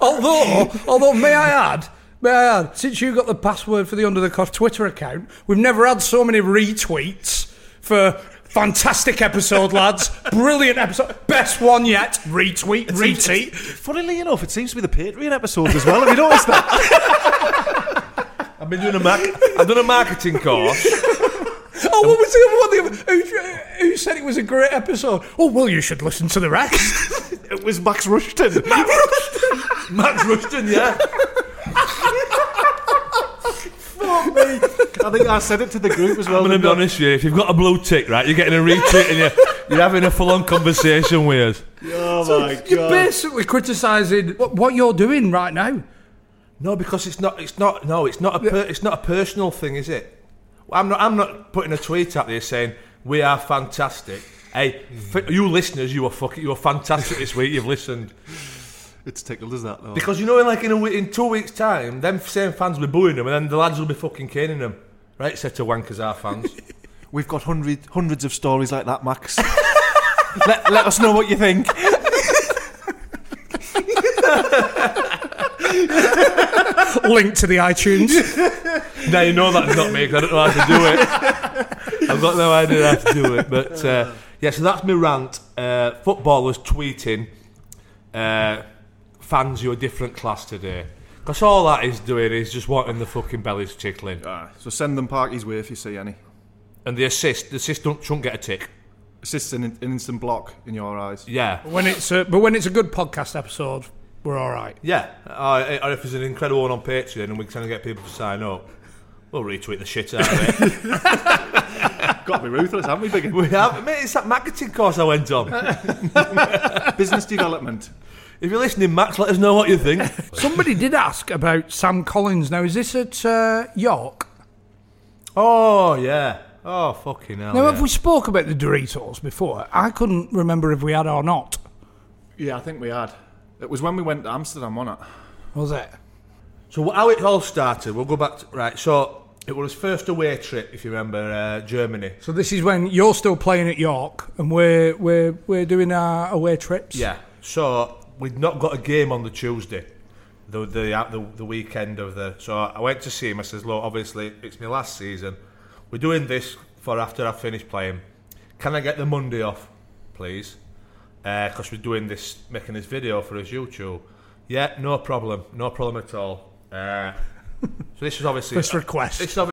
S6: Although, although, may I add, may I add, since you got the password for the Under the Cost Twitter account, we've never had so many retweets for fantastic episode, lads. Brilliant episode, best one yet. Retweet, retweet.
S9: Funnily enough, it seems to be the Patreon episodes as well. Have you noticed that?
S1: I've been doing a mar- I've done a marketing course.
S6: Oh, what was the other one? The other- Who, who said it was a great episode? Oh, well, you should listen to the rest.
S9: it was Max Rushton.
S1: Max Rushton, yeah.
S9: I think I said it to the group as well.
S1: I'm going to be honest with you. If you've got a blue tick, right, you're getting a retweet and you're, you're having a full-on conversation with us.
S9: Oh my
S6: You're basically criticising what, what you're doing right now.
S1: No, because it's not. It's not. No, it's not a. Per, it's not a personal thing, is it? Well, I'm not. I'm not putting a tweet out there saying we are fantastic. Hey, f- you listeners, you were fucking. You were fantastic this week. You've listened
S9: It's tickled, is that? Though?
S1: because you know, in like in a wee- in two weeks' time, them same fans will be booing them, and then the lads will be fucking caning them. Right, set of wankers, our fans.
S9: We've got hundred, hundreds of stories like that, Max. let, let us know what you think.
S6: Link to the iTunes.
S1: now you know that's not me. 'cause I don't know how to do it. I've got no idea how to do it. But uh, yeah, so that's my rant. Uh, footballers tweeting, uh, fans, you're a different class today. Because all that is doing is just wanting the fucking bellies tickling.
S9: so send them Parky's way if you see any.
S1: And the assist, the assist don't, shouldn't get a tick.
S9: Assists an, an instant block in your eyes.
S1: Yeah.
S6: when it's a, but when it's a good podcast episode, we're all right.
S1: Yeah. Uh, or if there's an incredible one on Patreon and we're trying to get people to sign up, we'll retweet the shit out of it.
S9: Got to be ruthless, haven't we, Big?
S1: we have. Mate, it's that marketing course I went on.
S9: Business development.
S1: If you're listening, Max, let us know what you think.
S6: Somebody did ask about Sam Collins. Now, is this at uh, York?
S1: Oh yeah. Oh fucking hell.
S6: now,
S1: yeah.
S6: have we spoke about the Doritos before? I couldn't remember if we had or not.
S9: Yeah, I think we had. It was when we went to Amsterdam, wasn't it?
S6: Was it?
S1: So how it all started? We'll go back. To, right. So it was first away trip, if you remember, uh, Germany.
S6: So this is when you're still playing at York and we're we're we're doing our away trips.
S1: Yeah. So we'd not got a game on the Tuesday, the the uh, the, the weekend of the. So I went to see him. I says, look, obviously it's my last season. We're doing this for after I finish playing. Can I get the Monday off, please? Because we're doing this, making this video for his YouTube. Yeah, no problem, no problem at all. Uh, so this was obviously
S6: This request.
S1: This is
S10: Mom
S1: obviously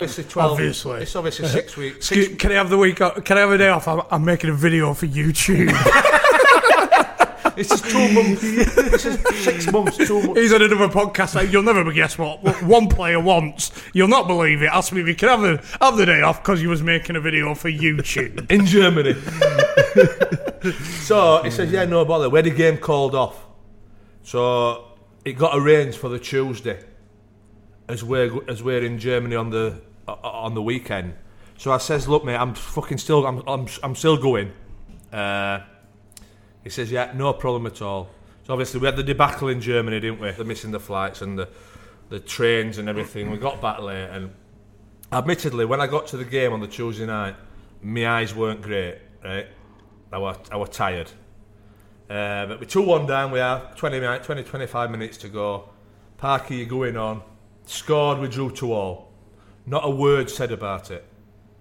S1: Obviously 12
S6: Obviously.
S1: It's obviously six weeks. Six,
S6: Excuse, can I have the week? Off? Can I have a day off? I'm, I'm making a video for YouTube.
S1: it's just two months. it's just six months, two months.
S6: He's on another podcast. Like, you'll never guess what what one player wants. You'll not believe it. Asked me if you can have the have the day off because you was making a video for YouTube.
S1: In Germany. so he says, yeah, no bother. We had a game called off. So it got arranged for the Tuesday as we're, go- as we're in Germany on the, o- o- on the weekend. So I says, look, mate, I'm fucking still, I'm, I'm, I'm still going. Uh, he says, yeah, no problem at all. So obviously we had the debacle in Germany, didn't we? The missing the flights and the, the trains and everything. We got back late and admittedly, when I got to the game on the Tuesday night, my eyes weren't great, right? I were, I were tired. Uh, but we're 2 1 down, we have 20, minutes, 20 25 minutes to go. Parky, you're going on. Scored, we drew to all. Not a word said about it,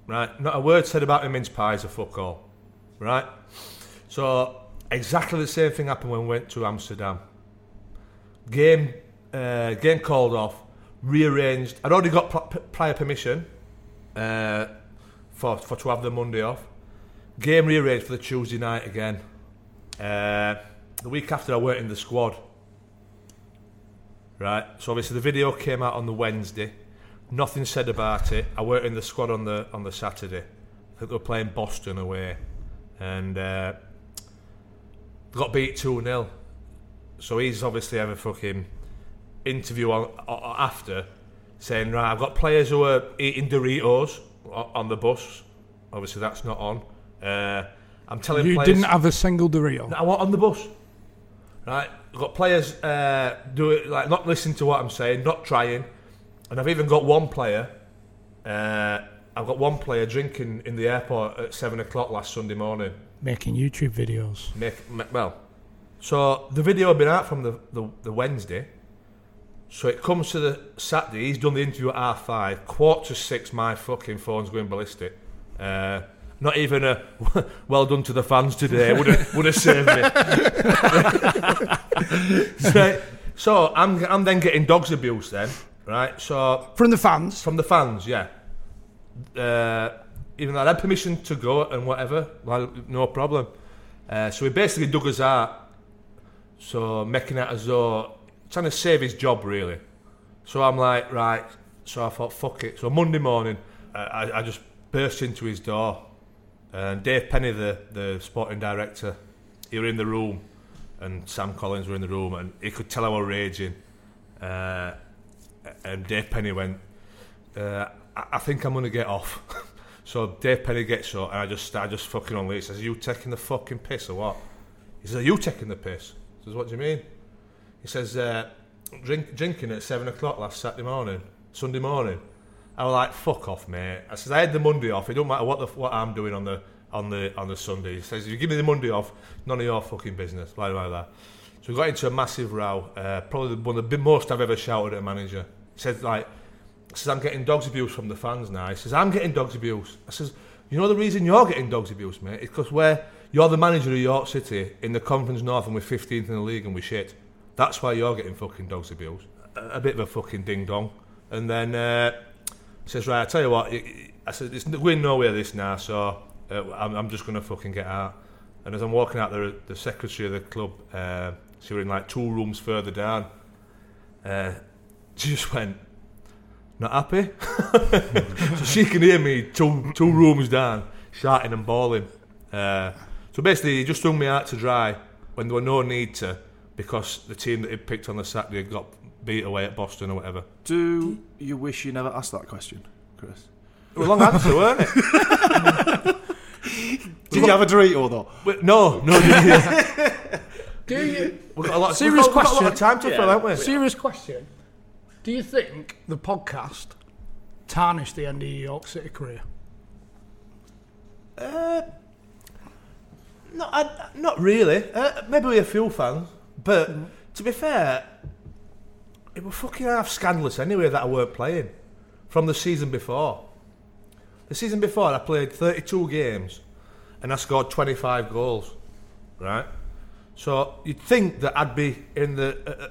S1: right? Not a word said about him mince pies or fuck all, right? So, exactly the same thing happened when we went to Amsterdam. game uh, game called off, rearranged. I'd already got pl- p- prior permission uh, for for to have the Monday off. Game rearranged for the Tuesday night again. Uh, the week after, I weren't in the squad. Right, so obviously the video came out on the Wednesday. Nothing said about it. I weren't in the squad on the on the Saturday. I think they were playing Boston away, and uh, got beat two 0 so he's obviously had a fucking interview on, o- o- after saying, right, I've got players who are eating Doritos o- on the bus. Obviously, that's not on. Uh, I'm telling
S6: you
S1: players,
S6: didn't have a single Dorito.
S1: I want on the bus. Right, I've got players uh, do it like not listening to what I'm saying, not trying, and I've even got one player. Uh, I've got one player drinking in the airport at seven o'clock last Sunday morning.
S6: Making YouTube videos.
S1: Make, ma- well, so the video had been out from the, the, the Wednesday. So it comes to the Saturday. He's done the interview at half five, quarter to six. My fucking phone's going ballistic. Uh, not even a well done to the fans today would have would have saved me. so, so I'm I'm then getting dogs abuse then, right? So
S6: From the fans.
S1: from the fans, yeah. Uh, even though I had permission to go and whatever, well, no problem. Uh, so he basically dug us out, so making it as though trying to save his job really. So I'm like, right. So I thought, fuck it. So Monday morning, uh, I, I just burst into his door, and Dave Penny, the the sporting director, he were in the room, and Sam Collins were in the room, and he could tell I were raging. Uh, and Dave Penny went, uh, I, I think I'm gonna get off. so Dave Penny gets up, and I just I just fucking unleash. Says, "Are you taking the fucking piss or what?" He says, "Are you taking the piss?" I says, "What do you mean?" He says, uh, drink, "Drinking at seven o'clock last Saturday morning, Sunday morning." I was like, "Fuck off, mate." I says, "I had the Monday off. It don't matter what the, f- what I'm doing on the on the on the Sunday." He says, "If you give me the Monday off, none of your fucking business." Like like that. So we got into a massive row. Uh, probably the- one of the bi- most I've ever shouted at a manager. He said like. I says, I'm getting dogs abuse from the fans now. He says, I'm getting dogs abuse. I says, you know the reason you're getting dogs abuse, mate, is because we're, you're the manager of York City in the Conference North and we're 15th in the league and we shit. That's why you're getting fucking dogs abuse. A, a bit of a fucking ding-dong. And then uh, he says, right, I tell you what, y- y- I said, it's n- going nowhere this now, so uh, I'm, I'm just going to fucking get out. And as I'm walking out, the, the secretary of the club, uh, she was in like two rooms further down, uh, she just went, not happy. so she can hear me two two rooms down, shouting and bawling. Uh, so basically, he just hung me out to dry when there were no need to, because the team that he picked on the Saturday had got beat away at Boston or whatever.
S4: Do you wish you never asked that question, Chris?
S1: It was a long answer, weren't it?
S4: Did you have a Dorito though?
S1: But no, no. Didn't you?
S6: Do you?
S1: We've got a lot.
S6: Serious
S1: we've got, we've got a lot
S6: question.
S1: of time to fill, haven't we?
S6: Serious question. Do you think the podcast tarnished the end of your York City career?
S1: No, I, not really. Uh, maybe we're a few fans, but
S3: Mm-hmm.
S1: to be fair, it was fucking half scandalous anyway that I weren't playing from the season before. The season before, I played 32 games and I scored 25 goals, right? So you'd think that I'd be in the. Uh, uh,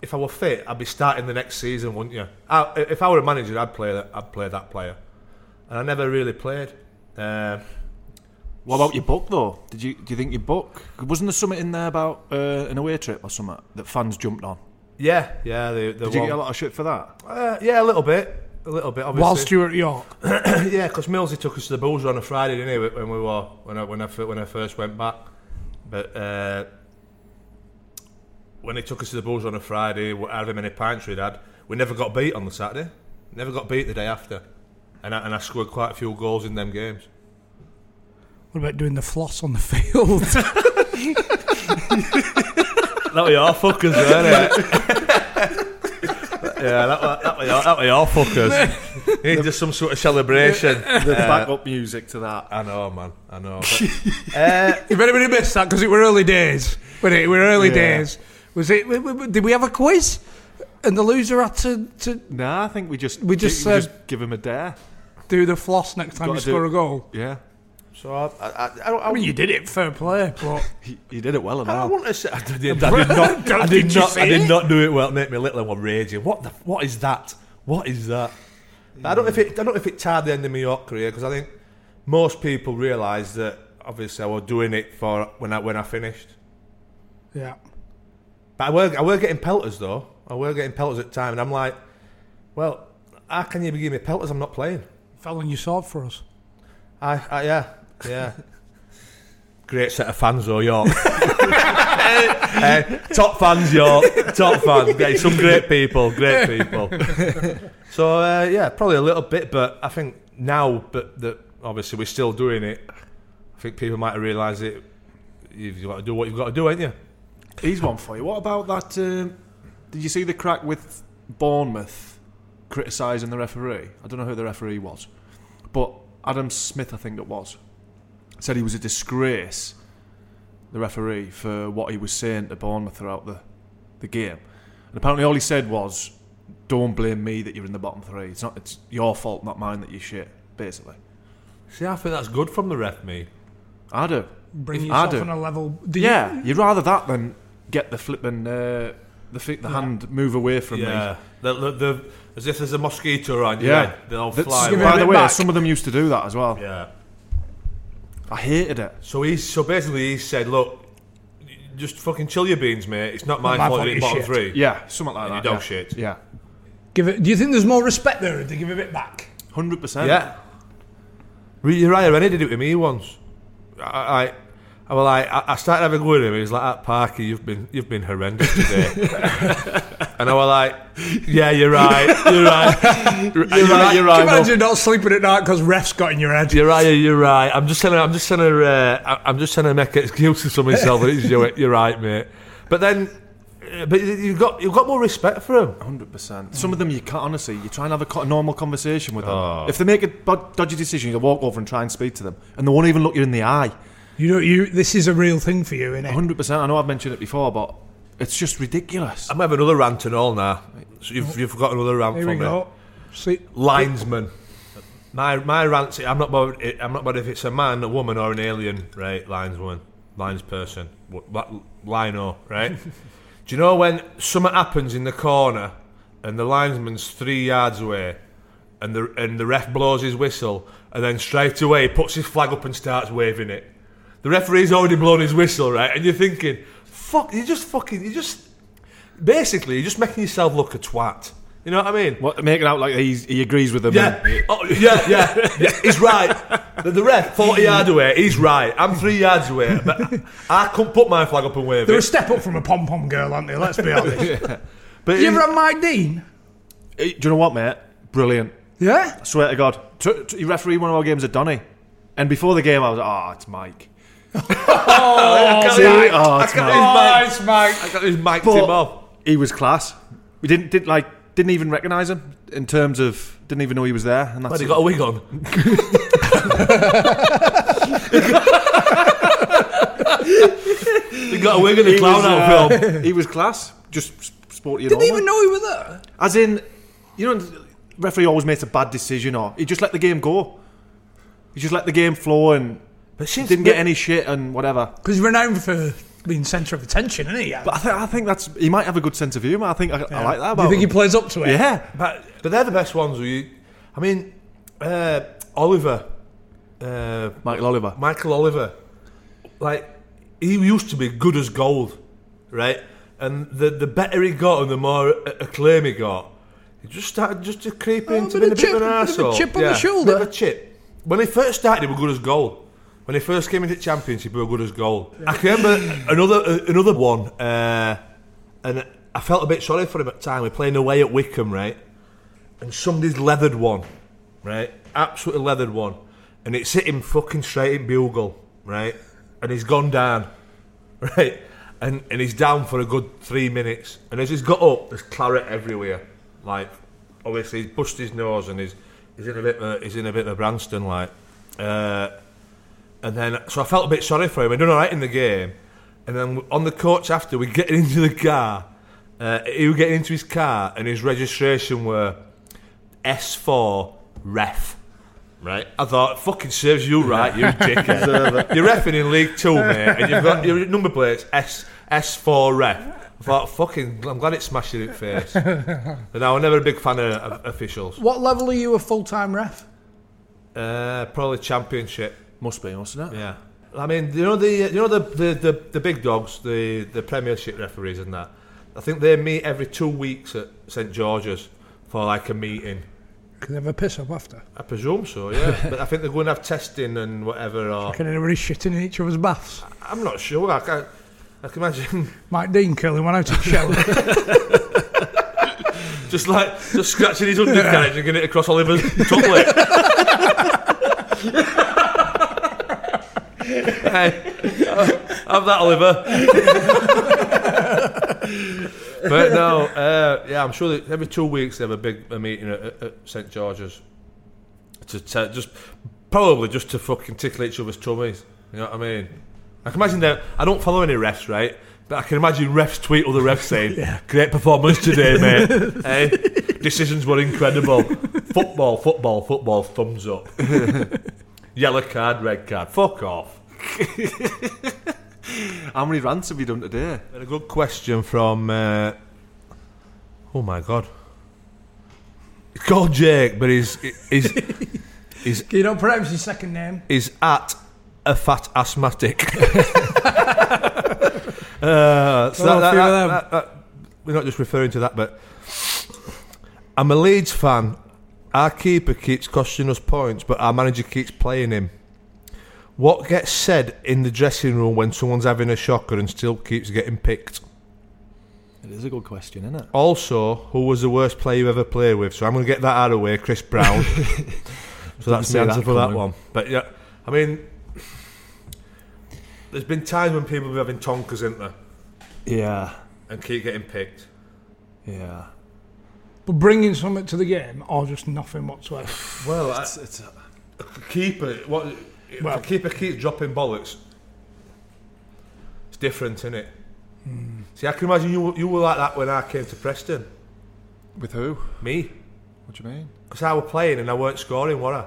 S1: if I were fit, I'd be starting the next season, wouldn't you? I, if I were a manager, I'd play that. I'd play that player, and I never really played. Um,
S3: What about your book though? Did you do you think your book wasn't there something in there about uh, an away trip or something that fans jumped on?
S1: Yeah, yeah. The, the
S3: Did you
S1: one-
S3: get a lot of shit for that?
S1: Uh, yeah, a little bit, a little bit. Obviously,
S6: Whilst you were at York,
S1: yeah, because Millsy took us to the Bulls on a Friday, didn't he? When we were when I when I, fir- when I first went back, but uh, when he took us to the Bulls on a Friday, wh- however many pints we'd had, we never got beat on the Saturday, never got beat the day after, and I, and I scored quite a few goals in them games.
S6: what about doing the floss on the field?
S1: That were your fuckers, weren't it? yeah, that were, that, were your, that were your fuckers. You need just some sort of celebration.
S4: The
S3: Uh,
S4: backup music to that.
S1: I know, man. I know.
S6: if anybody missed that, because it were early days, when it? it were early days. Was it? w- w- Did we have a quiz? And the loser had to, to
S3: Nah, I think we just
S6: We just
S3: gi-
S6: said-
S3: just give him a dare.
S6: do the floss next time you
S3: Gotta do
S6: score
S3: it.
S6: a goal.
S3: Yeah,
S1: So I, I, I, I, don't- I
S6: I mean, you did it, fair play, but
S3: he, he did it well
S1: I
S3: enough.
S1: want to say I did, I did not. I did,
S6: Did you
S1: not. I
S6: say
S1: did
S6: it?
S1: not do it well. Make me little one raging. What the? What is that? What is that? I don't know if it. I don't know if it tied the end of my York career because I think most people realise that obviously I was doing it for when I when I finished.
S6: yeah.
S1: But I were I were getting pelters though. I were getting pelters at the time, and I'm like, well, how can you be giving me pelters? I'm not playing.
S6: Fell on your sword for us.
S1: I, I yeah yeah. Great set of fans though, York. Eh, top fans, York. Top fans. Yeah, some great people. Great people. so uh, yeah, probably a little bit, but I think now, but that obviously we're still doing it. I think people might have realised it. You've got to do what you've got to do, ain't you?
S3: He's one for you. What about that? Um, did you see the crack with Bournemouth criticising the referee? I don't know who the referee was, but Adam Smith, I think it was, said he was a disgrace, the referee, for what he was saying to Bournemouth throughout the, the game. And apparently, all he said was, "Don't blame me that you're in the bottom three. It's not. It's your fault, not mine, that you shit." Basically,
S1: See, I think that's good from the ref, me.
S3: I do.
S6: Bring
S3: If
S6: yourself
S3: I do.
S6: on a level. Do you-
S3: Yeah, you'd rather that than get the flipping uh, the fi- the hand move away from me.
S1: Yeah, the, the, the, as if there's a mosquito on you.
S3: Yeah,
S1: they'll
S3: That's-
S1: fly.
S6: give it
S1: away.
S6: a
S3: by the
S6: bit
S3: way,
S6: back.
S3: some of them used to do that as well.
S1: Yeah.
S3: I hated it.
S1: So he's so basically he said, look, just fucking chill your beans, mate. It's not my
S6: my
S1: fault
S6: fault
S1: you're in
S6: you
S1: bottom
S6: shit.
S1: three.
S3: Yeah, something like
S1: And
S3: that.
S1: you dog
S3: yeah.
S1: shit.
S3: Yeah,
S6: Give it. Do you think there's more respect there if they give a bit back?
S3: hundred percent.
S1: Yeah. Re- Uriah Rennie did it with me once. I, I, I well, I, I started having a go with him. He was like, "Ah, Parker, you've been, you've been horrendous today." and I was like, "Yeah, you're right. You're right. You're, right. You're
S6: Can
S1: right.
S6: you
S1: no.
S6: imagine not sleeping at night because refs got in your head?
S1: You're right. You're right. I'm just trying. To, I'm just trying to. Uh, I- I'm just trying to make excuses for myself. But it's you. You're right, mate. But then, uh, but you- you've got you've got more respect for him.
S3: hundred percent. Some of them you can't honestly. You try and have a co- normal conversation with them.
S1: Oh.
S3: If they make a bod- dodgy decision, you walk over and try and speak to them, and they won't even look you in the eye.
S6: You know, you. This is a real thing for you, innit?
S3: Hundred percent. I know I've mentioned it before, but it's just ridiculous.
S1: I'm having another rant and all now. So you've you've got another rant
S6: Here
S1: for
S6: we
S1: me.
S6: go. See,
S1: linesman. My my rant. I'm not bothered. it- I'm not bothered if it's a man, a woman, or an alien. Right, lineswoman, linesperson, wh- what lino. Right. Do you know when something happens in the corner and the linesman's three yards away, and the and the ref blows his whistle, and then straight away he puts his flag up and starts waving it. The referee's already blown his whistle, right? And you're thinking, fuck, you just fucking, you just basically you're just making yourself look a twat. You know what I mean?
S3: What making out like he's, he agrees with them?
S1: Yeah, oh, yeah, yeah, yeah. He's right. The, the ref, 40
S11: Hmm.
S1: yard away, he's right. I'm three yards away, but I, I couldn't put my flag up and wave
S6: they're a
S1: it.
S6: step up from a pom pom girl, aren't they? Let's be honest.
S3: But
S6: You
S3: he-
S6: ever had Mike Dean?
S3: Hey, do you know what, mate? Brilliant.
S6: Yeah.
S3: I swear to God. T- t- he refereed one of our games at Donny. And before the game, I was like, oh, it's Mike.
S1: I
S3: See?
S1: can't-
S3: Oh,
S1: I
S3: it's
S1: can't-
S3: Mike.
S1: his mic. I got his mic
S3: But
S1: him off.
S3: He was class. We didn't, didn't like, Didn't even recognise him in terms of didn't even know he was there. And that's
S11: Lad, he got a wig on.
S3: he uh,
S11: got a wig and a clown
S1: uh,
S11: outfit on.
S3: He was class, just s- sporty. and
S6: Didn't
S3: all
S6: even know he was there.
S3: that. As in, you know, referee always makes a bad decision, or he just let the game go. He just let the game flow and didn't get any shit and whatever.
S6: Because he's renowned for being centre of attention, isn't he?
S3: But I, th- I think that's he might have a good sense of humour. I think I, I like that. About
S6: Do you think he
S3: him.
S6: plays up to it?
S3: Yeah,
S1: But but they're the best ones. Where you, I mean, uh, Oliver, uh,
S3: Michael Oliver,
S1: Michael Oliver, like he used to be good as gold, right? And the the better he got and the more a- acclaim he got, he just started just to creep into
S6: Oh, bit
S1: being a bit of an
S6: of chip- bit of a
S1: arsehole.
S6: chip on the
S1: Yeah,
S6: shoulder.
S1: Bit of a chip. When he first started, he was good as gold. When he first came into the championship, he was good as gold. I can remember another uh, another one, uh, and I felt a bit sorry for him at the time. We're playing away at Wickham, right? and somebody's leathered one, right? Absolutely leathered one, and it's hit him fucking straight in bugle, right? And he's gone down, right? And and he's down for a good three minutes. And as he's got up, there's claret everywhere. Like, obviously he's pushed his nose and he's he's in a bit of a, he's in a bit of a Branston like. Uh, and then so I felt a bit sorry for him. I'd done all right in the game, and then on the coach after we get into the car, uh, he was getting into his car, and his registration were S4 ref. Right, I thought fucking serves you right, you
S3: Deserve it.
S1: dickhead. you're refing in League Two, mate, and you've got your number plates S S4 ref. I thought fucking, I'm glad it smashed it in the face. But no, I'm never a big fan of, of officials.
S6: What level are you a full time ref?
S1: Uh, probably championship.
S3: must be, mustn't it?
S1: Yeah. I mean, you know the you know the the, the, the big dogs, the, the Premiership referees and that. I think they meet every two weeks at St George's for like a meeting.
S6: Because they have a piss up after.
S1: I presume so, yeah. but I think they're going to have testing and whatever. Or
S6: Can everybody shit in each other's baths?
S1: I'm not sure. I can, I can imagine
S6: Mike Dean curling one oh out of the shower.
S1: just like just scratching his undercarriage and getting it across Oliver's tongue. hey, have that, Oliver. but no, uh, yeah, I'm sure that every two weeks they have a big a meeting at, at- at St George's to te- just probably just to fucking tickle each other's tummies. You know what I mean? I can imagine that. I don't follow any refs, right? But I can imagine refs tweet other refs saying, "Great performance today, mate. hey, decisions were incredible. Football, football, football. Thumbs up. Yellow card, red card. Fuck off."
S3: How many rants have you done today?
S1: A good question from. Uh, oh my god. It's called Jake, but he's he's he's,
S6: you don't pronounce your second name.
S1: he's at a fat asthmatic. uh, so
S6: Well,
S1: that-
S6: a
S1: that-
S6: few of them.
S1: that- that- we're not just referring to that, but I'm a Leeds fan. Our keeper keeps costing us points, but our manager keeps playing him. What gets said in the dressing room when someone's having a shocker and still keeps getting picked?
S3: It is a good question, isn't it?
S1: Also, who was the worst player you ever played with? So I'm going to get that out of the way, Chris Brown. so that's
S3: see
S1: the answer
S3: that
S1: for that
S3: coming.
S1: one. But yeah, I mean, there's been times when people have been having tonkers, isn't there?
S3: Yeah,
S1: And keep getting picked.
S3: yeah.
S6: But bringing something to the game or just nothing whatsoever.
S1: Well, I,
S3: It's, it's a,
S1: keeper, what, if
S6: Well-
S1: a keeper keeps dropping bollocks, it's different, isn't it? See, I can imagine you, were- you were like that when I came to Preston.
S3: with who?
S1: Me.
S3: What do you mean?
S1: Because I were playing and I weren't scoring, were I?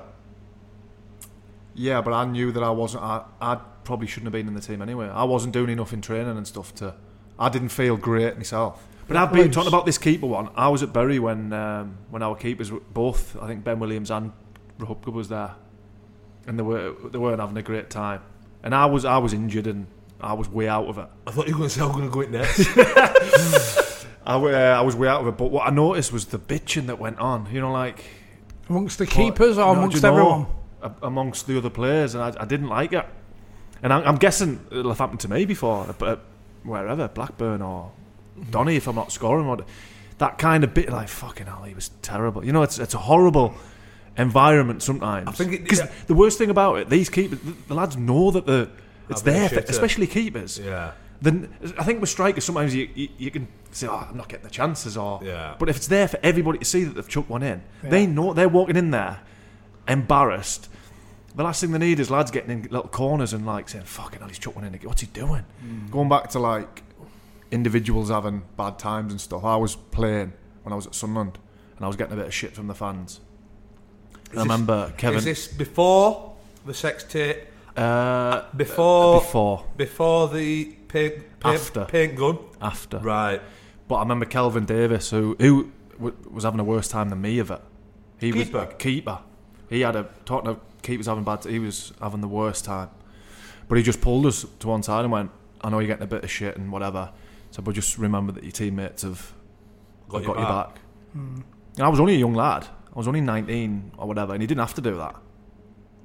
S3: Yeah, but I knew that I wasn't. I, I probably shouldn't have been in the team anyway. I wasn't doing enough in training and stuff to. I didn't feel great myself. But I've been
S6: Loose.
S3: talking about this keeper one. I was at Bury when um, when our keepers were both. I think Ben Williams and Rahubka was there, and they were they weren't having a great time. And I was I was injured and I was way out of it.
S1: I thought you were going to say I'm going to go in next.
S3: I, wa- uh, I was way out of it. But what I noticed was the bitching that went on. You know, like
S6: Amongst the keepers or
S3: No,
S6: amongst
S3: do you know,
S6: everyone?
S3: a- amongst the other players, and I, I didn't like it. And I'm, I'm guessing it'll have happened to me before, uh, but wherever Blackburn or Donny, if I'm not scoring, or that kind of bit, like fucking hell, he was terrible. You know, it's it's a horrible environment sometimes. I
S1: think it-
S3: because
S1: yeah.
S3: the worst thing about it, these keepers, the, the lads know that the it's
S1: been
S3: there,
S1: shitter.
S3: especially keepers.
S1: yeah.
S3: Then I think with strikers sometimes you, you, you can say, "Oh, I'm not getting the chances," or but if it's there for everybody to see that they've chucked one in,
S6: Yeah.
S3: they know they're walking in there embarrassed. The last thing they need is lads getting in little corners and like saying, "Fucking hell, he's chucked one in again. What's he doing?"
S1: Mm.
S3: Going back to like individuals having bad times and stuff. I was playing when I was at Sunderland, and I was getting a bit of shit from the fans. And I
S1: Is this-
S3: remember Kevin.
S1: Is this before the sex tape?
S3: Uh,
S1: before
S3: before.
S1: before the paint, paint
S3: After. Uh.
S1: paint gun.
S3: after.
S1: Right.
S3: But I remember Kelvin Davis, who who w- was having a worse time than me of it. He was
S1: Keeper?
S3: keeper. He had a talking to keepers having bad. He was having the worst time. But he just pulled us to one side and went, "I know you're getting a bit of shit and whatever. So, but just remember that your teammates have
S1: Got
S3: have
S1: your
S3: your
S1: back."
S3: back." And I was only a young lad. I was only 19 or whatever, and he didn't have to do that.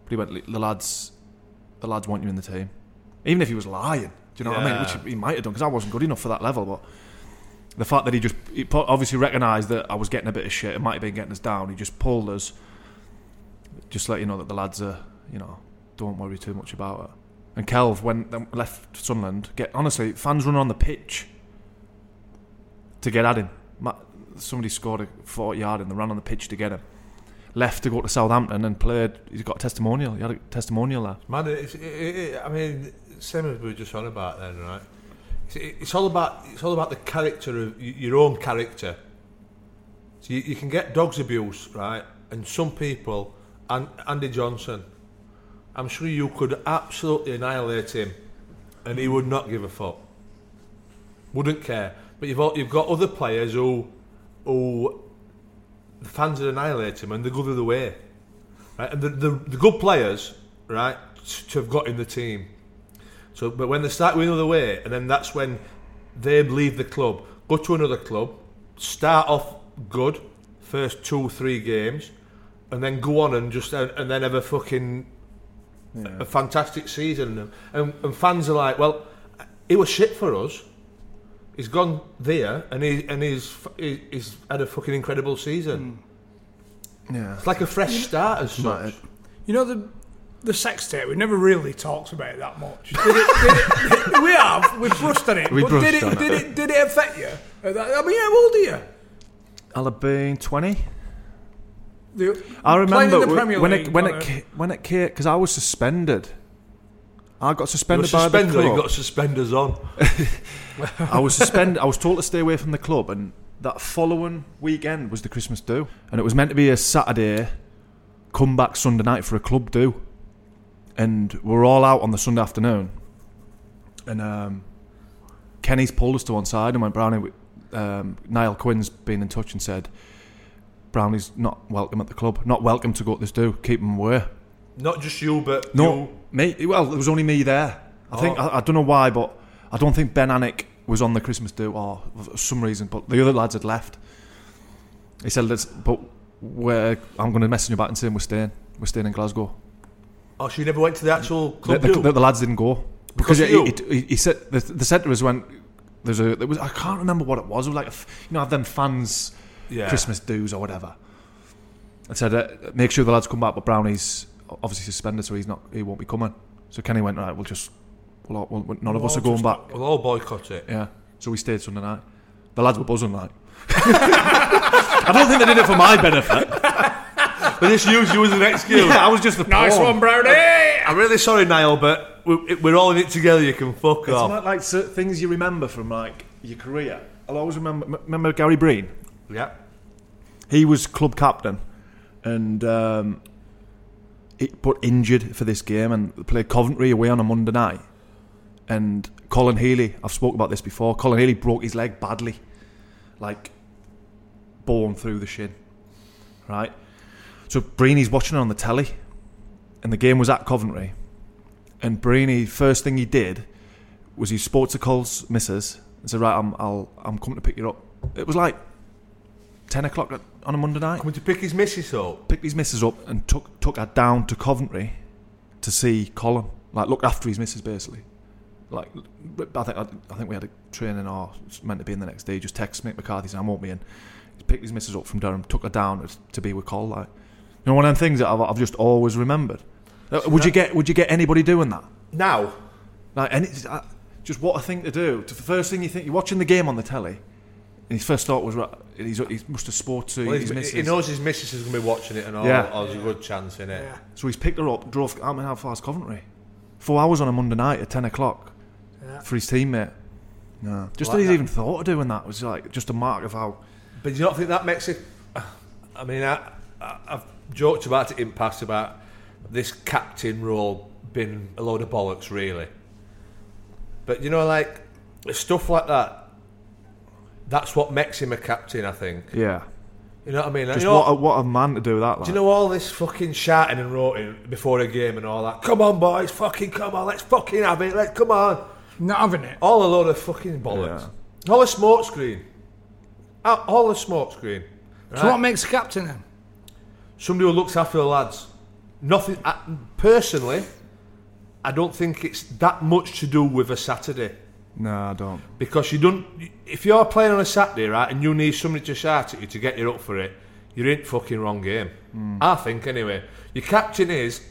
S3: But he went, "The lads, the lads want you in the team, even if he was lying." Do you know what I mean?
S1: Yeah.
S3: Which he might have done because I wasn't good enough for that level, but the fact that he just he po- obviously recognised that I was getting a bit of shit, it might have been getting us down. He just pulled us, just let you know that the lads are, you know, don't worry too much about it. And Kelv went then left Sunderland. Get honestly, fans run on the pitch to get at him. Ma- Somebody scored a forty yard and they ran on the pitch to get him. Left to go to Southampton and played. He's got a testimonial. He had a testimonial there.
S1: Man, it's, it, it, I mean, same as we were just on about then, right? It's, it, it's all about it's all about the character of y- your own character. So you, you can get dogs abuse, right? And some people, and Andy Johnson, I'm sure you could absolutely annihilate him, and he would not give a fuck. Wouldn't care. But you've al- you've got other players who who the fans would annihilate him, and they go the other way. Right? And the, the, the good players, right, t- to have got in the team. So, but when they start going another way, and then that's when they leave the club, go to another club, start off good, first two, three games, and then go on and just and, and then have a fucking a fantastic season. And, and fans are like, well, it was shit for us. He's gone there, and he and he's f- he- he's had a fucking incredible season.
S3: Yeah.
S1: It's like a fresh start as such.
S6: You know the the sex tape. We never really talked about it that much. Did it, did it, we have. We brushed on it.
S3: We
S6: but
S3: brushed
S6: did it,
S3: on it.
S6: did it. Did it affect you? Uh, that- I mean, how old are you?
S3: I'll have been twenty.
S6: The-
S3: I
S6: playing
S3: remember
S6: in the
S3: w-
S6: Premier
S3: when
S6: League,
S3: it when
S6: not
S3: it
S6: a-
S3: ca- when it came because I was suspended. I got
S1: You were
S3: suspended by
S1: suspended.
S3: the
S1: or
S3: club.
S1: You got suspenders on.
S3: I was suspended. I was told to stay away from the club, and that following weekend was the Christmas do, and it was meant to be a Saturday, come back Sunday night for a club do, and we're all out on the Sunday afternoon, and um, Kenny's pulled us to one side and went Brownie. we- Um, Niall Quinn's been in touch and said Brownie's not welcome at the club, not welcome to go to this do. Keep him away.
S1: Not just you, but
S3: No, me. Well, there was only me there. I think I, I don't know why, but I don't think Ben Anick was on the Christmas do or for some reason. But the other lads had left. He said, "Let's." But we're, I'm going to message you back and saying we're staying. We're staying in Glasgow.
S1: Oh, so you never went to the actual
S3: The,
S1: club
S3: the,
S1: do?
S3: the- the lads didn't go
S1: Because
S3: because,
S1: of
S3: he,
S1: you?
S3: he, he said the, the centre was went. There's a there was I can't remember what it was. It was like a f you know, have them fans
S1: Yeah.
S3: Christmas do's or whatever. I said, uh, make sure the lads come back, but Brownie's obviously suspended, so he's not. He won't be coming. So Kenny went right. We'll just. We'll, all- we'll, we'll- none of us are going back.
S1: We'll all boycott it.
S3: Yeah. So we stayed Sunday night. The lads were buzzing like. I don't think they did it for my benefit.
S1: They just used you as an excuse.
S3: I was just the
S6: Nice
S3: pawn.
S6: one, Brownie.
S1: I'm really sorry, Niall, but we're, we're all in it together. You can fuck
S3: It's
S1: off.
S3: not like certain things you remember from like your career. I'll always remember. m- Remember Gary Breen.
S1: yeah.
S3: He was club captain, and um, it but injured for this game, and they played Coventry away on a Monday night. And Colin Healy, I've spoken about this before. Colin Healy broke his leg badly, like born through the shin, right? So Breeny's watching it on the telly, and the game was at Coventry. And Breeny, first thing he did was he spoke to Cole's missus and said, "Right, I'm I'll I'm coming to pick you up." It was like ten o'clock at- on a Monday night.
S1: Coming to pick his missus up.
S3: Picked his missus up and took took her down to Coventry to see Colin, like look after his missus basically. Like I think I, I think we had a training or it's meant to be in the next day. Just text Mick McCarthy saying I won't be in. He picked his missus up from Durham, took her down to- to be with Cole. Like you know, one of them things that I've, I've just always remembered. Uh, would you get would you get anybody doing that?
S1: Now,
S3: Like, any, I- Just what a thing to do. To- The first thing you think, you're watching the game on the telly, and his first thought was, right, he's, he must have spoke to
S1: Well,
S3: his
S1: he's-
S3: missus.
S1: he knows his missus is going to be watching it and all.
S3: Yeah.
S1: Yeah. There's a good chance in it.
S3: So he's picked her up, drove. I mean, how far's Coventry? Four hours on a Monday night at ten o'clock
S1: Yeah.
S3: for his teammate. No, just
S1: Like
S3: that he's
S1: that.
S3: even thought of doing that was like just a mark of how.
S1: But do you not think that makes it? I mean, I, I, I've joked about it in past about this captain role being a load of bollocks, really. But you know, like stuff like that. That's what makes him a captain, I think.
S3: Yeah,
S1: You know what I mean?
S3: just
S1: You know-
S3: what a, what a man to do that. Like.
S1: Do you know all this fucking shouting and roaring before a game and all that? Come on, boys, fucking come on, let's fucking have it, let's come on.
S6: Not having it.
S1: All a load of fucking bollocks. All a smoke screen. All- All a smoke screen.
S6: So what
S1: Right?
S6: makes a captain then?
S1: Somebody who looks after the lads. Nothing. I, personally, I don't think it's that much to do with a Saturday
S3: No, I don't.
S1: because you don't. If you're playing on a Saturday, right, and you need somebody to shout at you to get you up for it, you're in fucking wrong game. I think anyway. Your captain is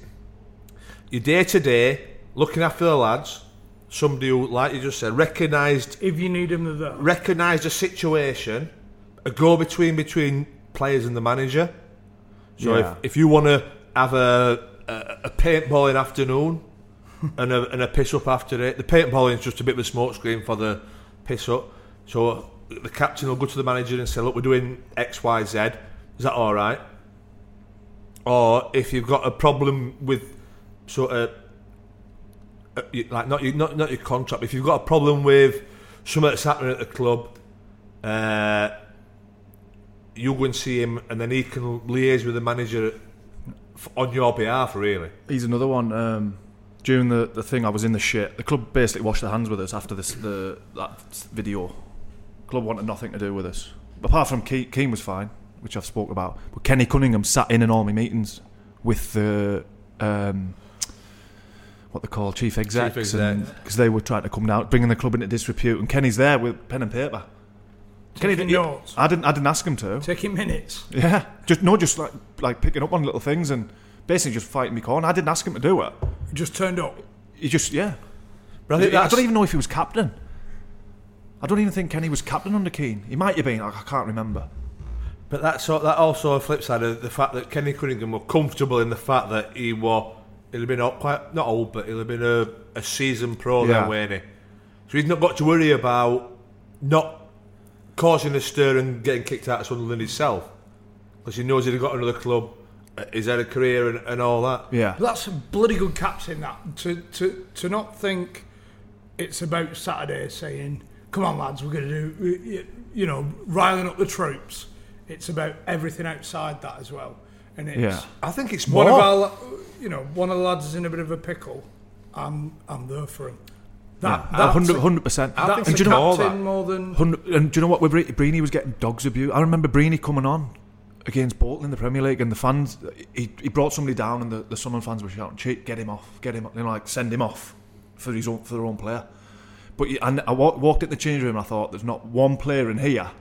S1: your day to day looking after the lads. Somebody who, like you just said, recognised
S6: If you need him, they're there.
S1: recognised a situation, a go between between players and the manager. So
S3: Yeah.
S1: if, if you want to have a, a a paintballing afternoon and a and a piss up after it, the paintballing is just a bit of a smoke screen for the piss up. So the captain will go to the manager and say, "Look, we're doing X, Y, Z. Is that all right?" Or if you've got a problem with sort of uh, you- like not your not, not your contract. If you've got a problem with something that's happening at the club, uh, you go and see him, and then he can liaise with the manager f- on your behalf. Really,
S3: He's another one. Um, during the, the thing, I was in the shit. The club basically washed their hands with us after this the that video. Club wanted nothing to do with us. Apart from Ke- Keane was fine, which I've spoke about. But Kenny Cunningham sat in in all my meetings with the um, what they call chief execs because
S1: exec.
S3: they were trying to come down, bringing the club into disrepute. And Kenny's there with pen and paper. Kenny
S6: Taking
S3: he-
S6: notes.
S3: I didn't. I didn't ask him to.
S6: Taking minutes.
S3: Yeah, just no, just like like picking up on little things and basically just fighting me corner. I didn't ask him to do it.
S6: Just turned up.
S3: He just yeah.
S1: but I
S3: I
S1: think that's
S3: don't even know if he was captain. I don't even think Kenny was captain under Keane. He might have been. I I can't remember.
S1: but that's al- that also a flip side of the fact that Kenny Cunningham were comfortable in the fact that he was he'll have been o- quite not old, but he'll have been a, a season pro
S3: Yeah.
S1: then, won't he? So he's not got to worry about not causing a stir and getting kicked out of Sunderland himself because he knows he'd got another club. uh, He's had a career and, and all that.
S3: Yeah,
S6: That's a bloody good captain. That to to to not think it's about Saturday saying, "Come on, lads, we're going to do," we- y- you know, riling up the troops. It's about everything outside that as well, and it's
S3: yeah.
S1: I think it's more
S6: one of
S1: about.
S6: our, la- you know, one of the lads is in a bit of a pickle. I'm I'm there for him. That
S3: Yeah.
S6: that's
S3: hundred
S6: a-
S3: hundred percent.
S6: That's
S3: And
S6: a
S3: do you know
S6: captain more than
S3: Hundred- And do you know what? With Bre- Breeny was getting dogs abuse. I remember Breeny coming on against Bolton in the Premier League, and the fans he, he brought somebody down, and the, the Sunderland fans were shouting, "Cheat, get him off, get him, off," you know, like send him off for his own for their own player." But you, and I wa- walked in the change room, and I thought, "There's not one player in here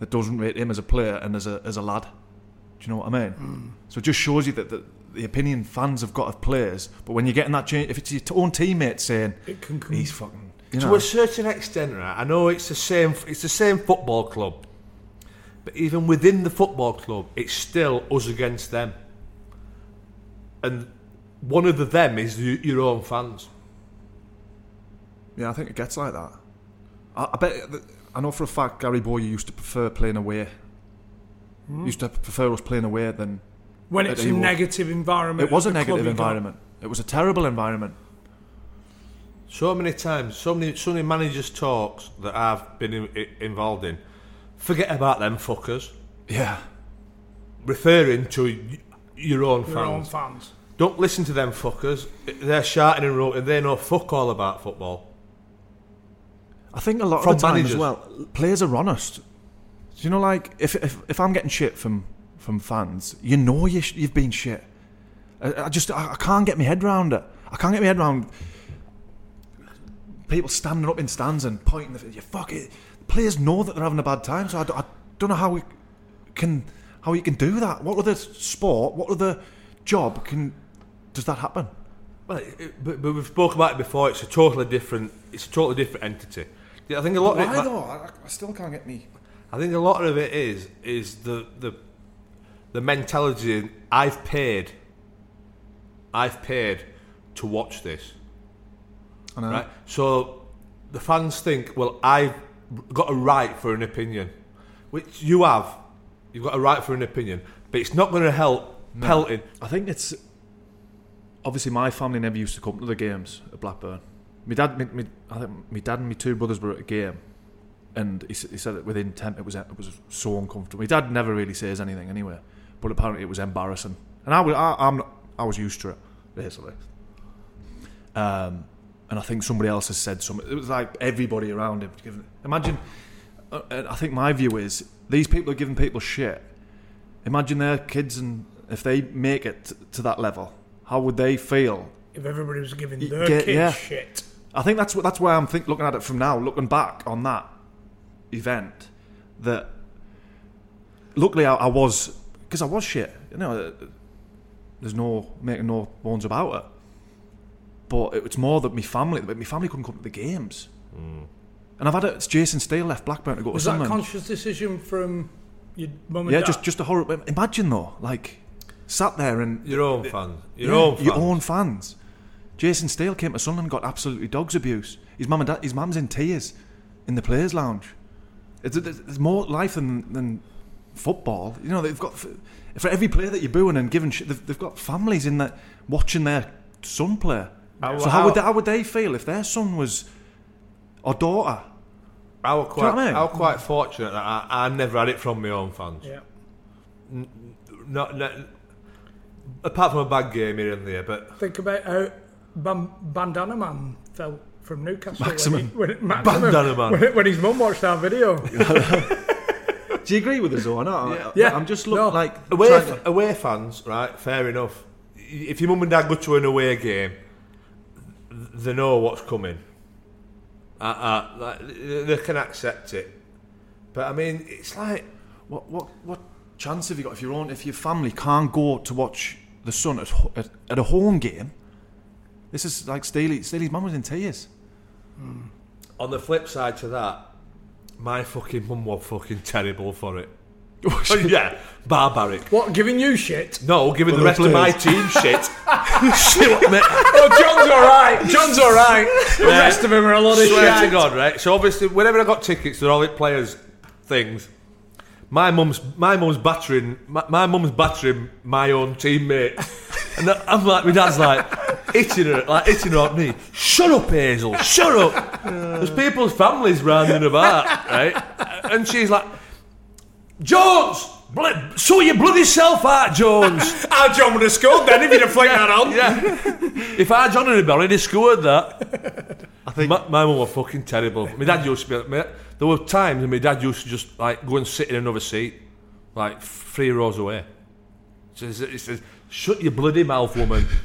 S3: that doesn't rate him as a player and as a as a lad." Do you know what I mean?
S6: Hmm.
S3: So it just shows you that the, the opinion fans have got of players, but when you're getting that change, if it's your t- own teammate saying
S6: It can come.
S3: he's fucking, you
S1: to
S3: know,
S1: a certain extent, right? I know it's the same. It's the same football club, but even within the football club, it's still us against them. And one of the them is y your own fans.
S3: Yeah, I think it gets like that. I, I bet. That, I know for a fact Gary Boyer used to prefer playing away.
S6: Hmm?
S3: Used to prefer us playing away than
S6: when
S3: that
S6: it's
S3: he
S6: a
S3: was-
S6: negative environment.
S3: it was a
S6: the club
S3: negative
S6: you got.
S3: environment. It was a terrible environment.
S1: So many times, so many, so many managers' talks that I've been in, i- involved in. Forget about them fuckers.
S3: Yeah,
S1: Referring to y- your own
S6: Their own
S1: fans.
S6: fans.
S1: Don't listen to them fuckers. They're shouting and roaring. They know fuck all about football.
S3: I think a lot
S1: From
S3: of the time
S1: managers.
S3: as well, players are honest. Do you know, like if if, if I'm getting shit from from fans, you know you sh- you've been shit. I, I just I, I can't get my head round it. I can't get my head round people standing up in stands and pointing. The, you fuck it. Players know that they're having a bad time, so I, d- I don't know how we can how you can do that. What other sport? What other job can does that happen?
S1: Well, it, it- but, but we've spoken about it before. It's a totally different. It's a totally different entity. Yeah, I think a lot.
S9: Why
S1: of it,
S9: though? I, I still can't get me.
S1: I think a lot of it is is the the the mentality. I've paid. I've paid to watch this.
S9: I know.
S3: Uh-huh.
S1: Right. So the fans think, well, I've got a right for an opinion, which you have. You've got a right for an opinion, but it's not going to help pelting.
S3: I think it's obviously my family never used to come to the games at Blackburn. My dad, me, me, I think my dad and my two brothers were at a game, and he, s- he said that within ten it was it was so uncomfortable. My dad never really says anything anyway, but apparently it was embarrassing, and I was I, I'm not, I was used to it basically. Um, and I think somebody else has said something. It was like everybody around him. Giving, imagine, uh, and I think my view is these people are giving people shit. Imagine their kids, and if they make it t- to that level, how would they feel?
S6: If everybody was giving
S3: You
S6: their
S3: get-
S6: kids
S3: yeah.
S6: shit.
S3: I think that's what that's why I'm think, looking at it from now, looking back on that event. That luckily I, I was because I was shit. You know, uh, there's no making no bones about it. But it, it's more that my family, but my family couldn't come to the games. And I've had it. It's Jason Steele left Blackburn to go
S6: Hmm. Was
S3: to
S6: that a
S3: Sunderland.
S6: conscious decision from your mum and
S3: yeah,
S6: dad?
S3: just just a horror. Imagine though, like sat there and
S1: Your own fans. Your
S3: yeah,
S1: own fans.
S3: your own fans. Jason Steele came to Sunderland, got absolutely dogs abuse. His mum and dad, his mum's in tears in the players' lounge. It's, it's, it's more life than than football. You know, they've got f- for every player that you're booing and giving shit, they've, they've got families in that watching their son play.
S1: How-
S3: so how, would they,
S1: how-
S3: how would they feel if their son was or daughter?
S1: I was
S3: Do you know
S1: quite,
S3: what I mean?
S1: I was quite fortunate that I, I never had it from my own fans.
S6: Yeah.
S1: Not, not, apart from a bad game here and there, but
S6: Think about how Ban- Bandana Man felt from Newcastle.
S3: Maximin.
S6: When he, when, Maximum,
S1: Bandana Man.
S6: When, when his mum watched that video.
S3: Do you agree with us or not? Yeah,
S6: Yeah. I'm just look- No.
S3: like
S1: away, f- away fans, right? Fair enough. Y- If your mum and dad go to an away game, th- they know what's coming. Uh, uh, like, they they can accept it. But I mean, it's like
S3: What what what chance have you got if your own if your family can't go to watch the son at ho- at, at a home game? This is like Staley. Staley's mum was in tears.
S1: on the flip side to that, my fucking mum was fucking terrible for it. yeah, barbaric.
S6: what, giving you shit?
S1: No, giving the rest of my team shit. Shit, mate.
S6: Oh, John's alright. John's alright. The
S1: Yeah.
S6: rest of them are a lot of
S1: Swear to
S6: shit.
S1: God, right? So obviously, whenever I got tickets, they're all at players' things. My mum's my mum's battering my, my mum's battering my own teammate, and I- I'm like, my dad's like hitting her, like hitting her on me. Shut up, Hazel. Shut up. There's people's families rounding about, right? And she's like, Jones. Bl- sort your bloody self out, Jones.
S6: Our John would have scored then if you'd have flicked that on.
S1: Yeah. if I John and Barry had scored that, I think my, my mum were fucking terrible. My dad used to be. My, there were times when my dad used to just like go and sit in another seat, like three rows away. So he says- he says, "Shut your bloody mouth, woman."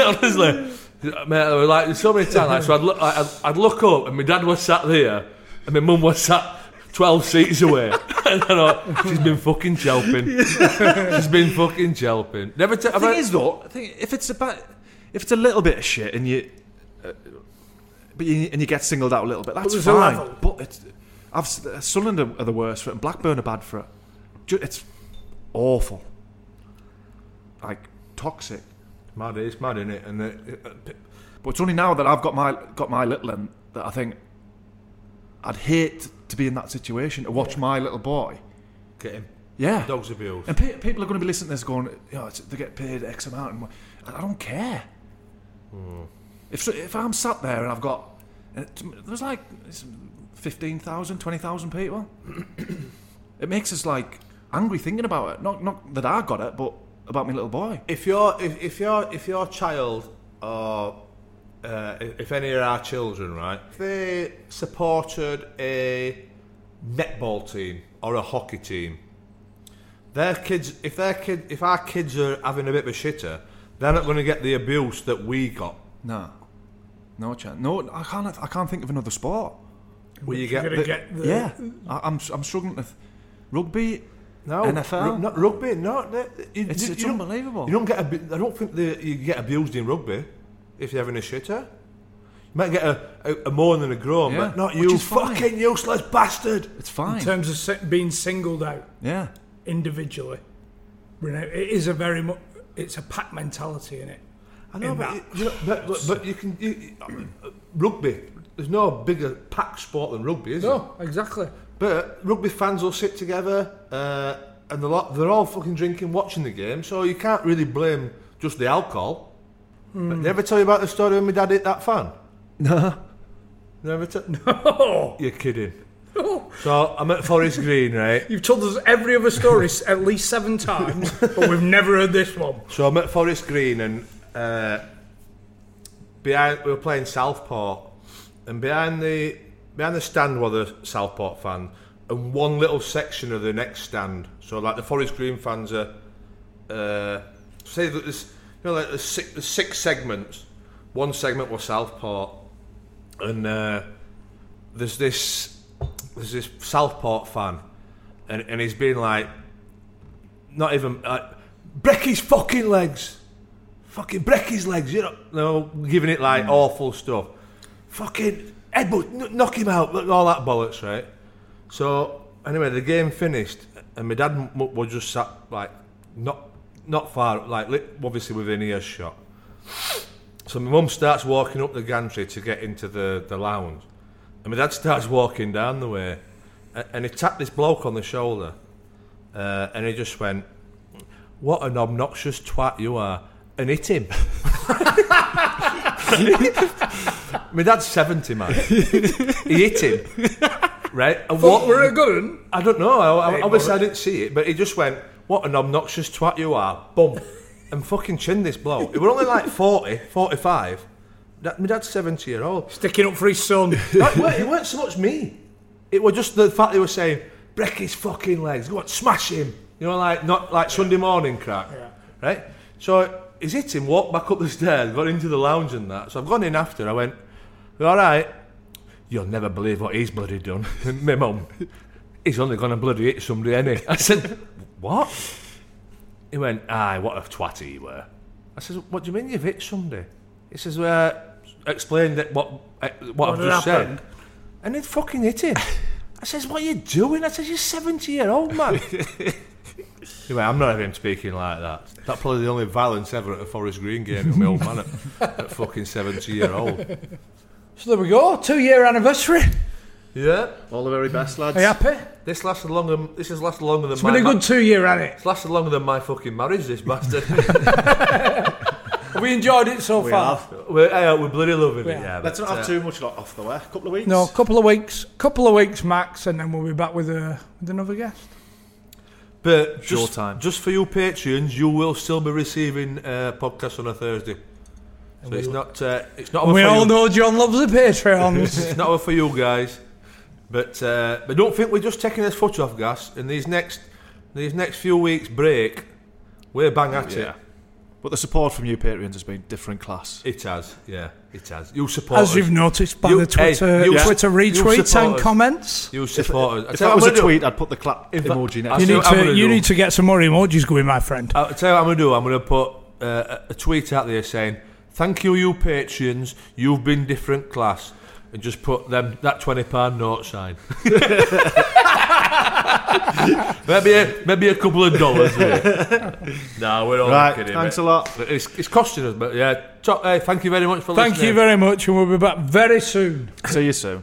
S1: Honestly, mate, there were like so many times. Like, so I'd look, like, I'd, I'd look up, and my dad was sat there, and my mum was sat. 12 seats away. and I thought, she's been fucking jelping. She's been fucking jelping. Never t-
S3: The thing is though, I think if it's about if it's a little bit of shit and you, uh, but you, and you get singled out a little bit, that's
S6: there's a
S3: fine.
S6: level.
S3: But it's, I've s- uh, Sunderland are, are the worst for it, and Blackburn are bad for it. Ju- It's awful, like toxic.
S1: Mad, it's mad, isn't it? And it, uh, it,
S3: But it's only now that I've got my got my little un that I think I'd hate to be in that situation to watch my little boy.
S1: get him.
S3: Yeah.
S1: Dogs abuse.
S3: And pe- people are going to be listening to this going, you know, it's, they get paid X amount. And wha- I, I don't care. If so, if I'm sat there and I've got, and it, there's like it's 15,000, 20,000 people, it makes us like angry thinking about it. Not not that I got it, but about my little boy.
S1: If your if, if your if your child or uh, if any of our children, right, if they supported a netball team or a hockey team, their kids, if their kid, if our kids are having a bit of a shitter, they're not going to get the abuse that we got.
S3: No, no chance. No, I can't. I can't think of another sport.
S1: Where you
S6: You're
S1: get,
S6: going
S1: the-
S6: to get the.
S3: yeah, I, I'm I'm struggling with rugby.
S1: No,
S3: NFL?
S1: ru- not rugby. No, no, you,
S3: It's-
S1: you-
S3: it's
S1: you don't-
S3: unbelievable.
S1: You don't get. Ab- I don't think the, you get abused in rugby if you're having a shitter. You might get a, a, a moan and a groan,
S3: Yeah,
S1: but not
S3: which
S1: you,
S3: is fine.
S1: fucking useless bastard.
S3: It's fine.
S6: in terms of se- being singled out
S3: yeah.
S6: individually. You know, it is a very much it's a pack mentality in it.
S1: I know,
S6: in
S1: but
S6: that.
S1: you, you know, but, but, but you can you, you- rugby. There's no bigger pack sport than rugby, is there?
S6: no, exactly.
S1: But rugby fans will sit together, uh, and they're, lot, they're all fucking drinking, watching the game. So you can't really blame just the alcohol. But never tell you about the story when my dad hit that fan. No. Never tell. No. You're kidding. So I'm at Forest Green, right?
S6: You've told us every other story s- at least seven times, but we've never heard this one.
S1: So I'm at Forest Green, and uh, behind we were playing Southport, and behind the behind the stand were the Southport fan, and one little section of the next stand. So like the Forest Green fans are, uh, say that there's you know like there's six, there's six segments. One segment was Southport, and uh, there's this there's this Southport fan, and and he's been like, not even like, break his fucking legs, fucking break his legs. You know, no, giving it like awful stuff. Fucking headbutt, kn- knock him out, all that bollocks, right? So anyway, the game finished, and my dad m- m- was just sat like not not far, like li- obviously within earshot. So my mum starts walking up the gantry to get into the, the lounge. And my dad starts walking down the way. a- And he tapped this bloke on the shoulder. Uh, and he just went, What an obnoxious twat you are. And hit him. my dad's 70, man. he hit him. Right? And
S6: But
S1: what,
S6: we're a good one.
S1: I don't know. I, I,
S6: Hey,
S1: obviously, I
S6: Boris.
S1: didn't see it, but he just went, "What an obnoxious twat you are!" Bump, and fucking chin this blow. It were only like 40, 45. That, my dad's seventy year old.
S6: Sticking up for his son.
S1: Like, it weren't- it weren't so much me. It was just the fact they were saying, "Break his fucking legs, go on, smash him." You know, like not like Sunday morning crack, right? So he's hit him, walked back up the stairs, got into the lounge and that. So I've gone in after. I went, "You "All right." You'll never believe what he's bloody done. And My mum, he's only going to bloody hit somebody, any. I said, what? He went, aye, what a twat he were. I says, what do you mean you've hit somebody? He says, well, explain that what, eh, what, I've
S6: had
S1: just
S6: happened?
S1: said. And he'd fucking hit him. I says, what are you doing? I says, you're 70 year old, man. Anyway, I'm not having him speaking like that. That's probably the only violence ever at a Forest Green game with my old man at, at fucking 70 year old.
S6: So there we go. Two year anniversary.
S1: Yeah.
S4: All the very best, lads.
S6: Are you happy?
S1: This lasted longer. This has lasted longer than
S6: It's
S1: my.
S6: been a
S1: ma-
S6: good two year at it.
S1: it's lasted longer than my fucking marriage. This bastard.
S6: Have we enjoyed it so
S4: We
S6: far?
S4: have.
S1: we're, eh, we're bloody loving
S6: We
S1: it.
S6: are.
S1: Yeah,
S4: Let's
S1: but,
S4: not have
S1: uh,
S4: too much lot off the way. A couple of weeks.
S6: No, a couple of weeks, couple of weeks max, and then we'll be back with a with another guest.
S1: But just,
S3: Short time.
S1: just for you patrons, you will still be receiving uh, podcasts on a Thursday. So it's not. Uh, it's not. over
S6: we
S1: for
S6: all
S1: you.
S6: know John loves the Patreons.
S1: It's not over for you guys. But uh, but don't think we're just taking this foot off gas. In these next these next few weeks break, we're bang at
S3: Yeah. But the support from you Patreons has been different class.
S1: it. It has. Yeah, it has. You support
S6: As
S1: us.
S6: you've noticed by
S1: You-
S6: the
S1: hey,
S6: Twitter,
S1: you-
S6: Twitter
S1: you
S6: retweets
S1: support
S6: and
S1: us.
S6: comments.
S1: You support us. I
S3: If
S1: tell you what
S3: that was a
S1: I'm gonna do.
S3: tweet, I'd put the clap
S1: If I-
S3: emoji
S1: I
S3: next.
S6: You
S1: see
S6: need
S1: what I'm
S6: to
S1: gonna
S6: you
S1: do.
S6: need to get some more emojis going, my friend.
S1: I'll tell you what I'm going to do. I'm going to put uh, a a tweet out there saying, "Thank you, you patrons. You've been different class," and just put them that twenty pound note sign. maybe a, maybe a couple of dollars. no, we're all
S3: Right,
S1: Oh, kidding.
S3: thanks
S1: mate.
S3: a lot.
S1: It's, it's costing us, but yeah. To, hey, thank you very much for
S6: Thank
S1: listening.
S6: you very much, and we'll be back very soon.
S3: See you soon.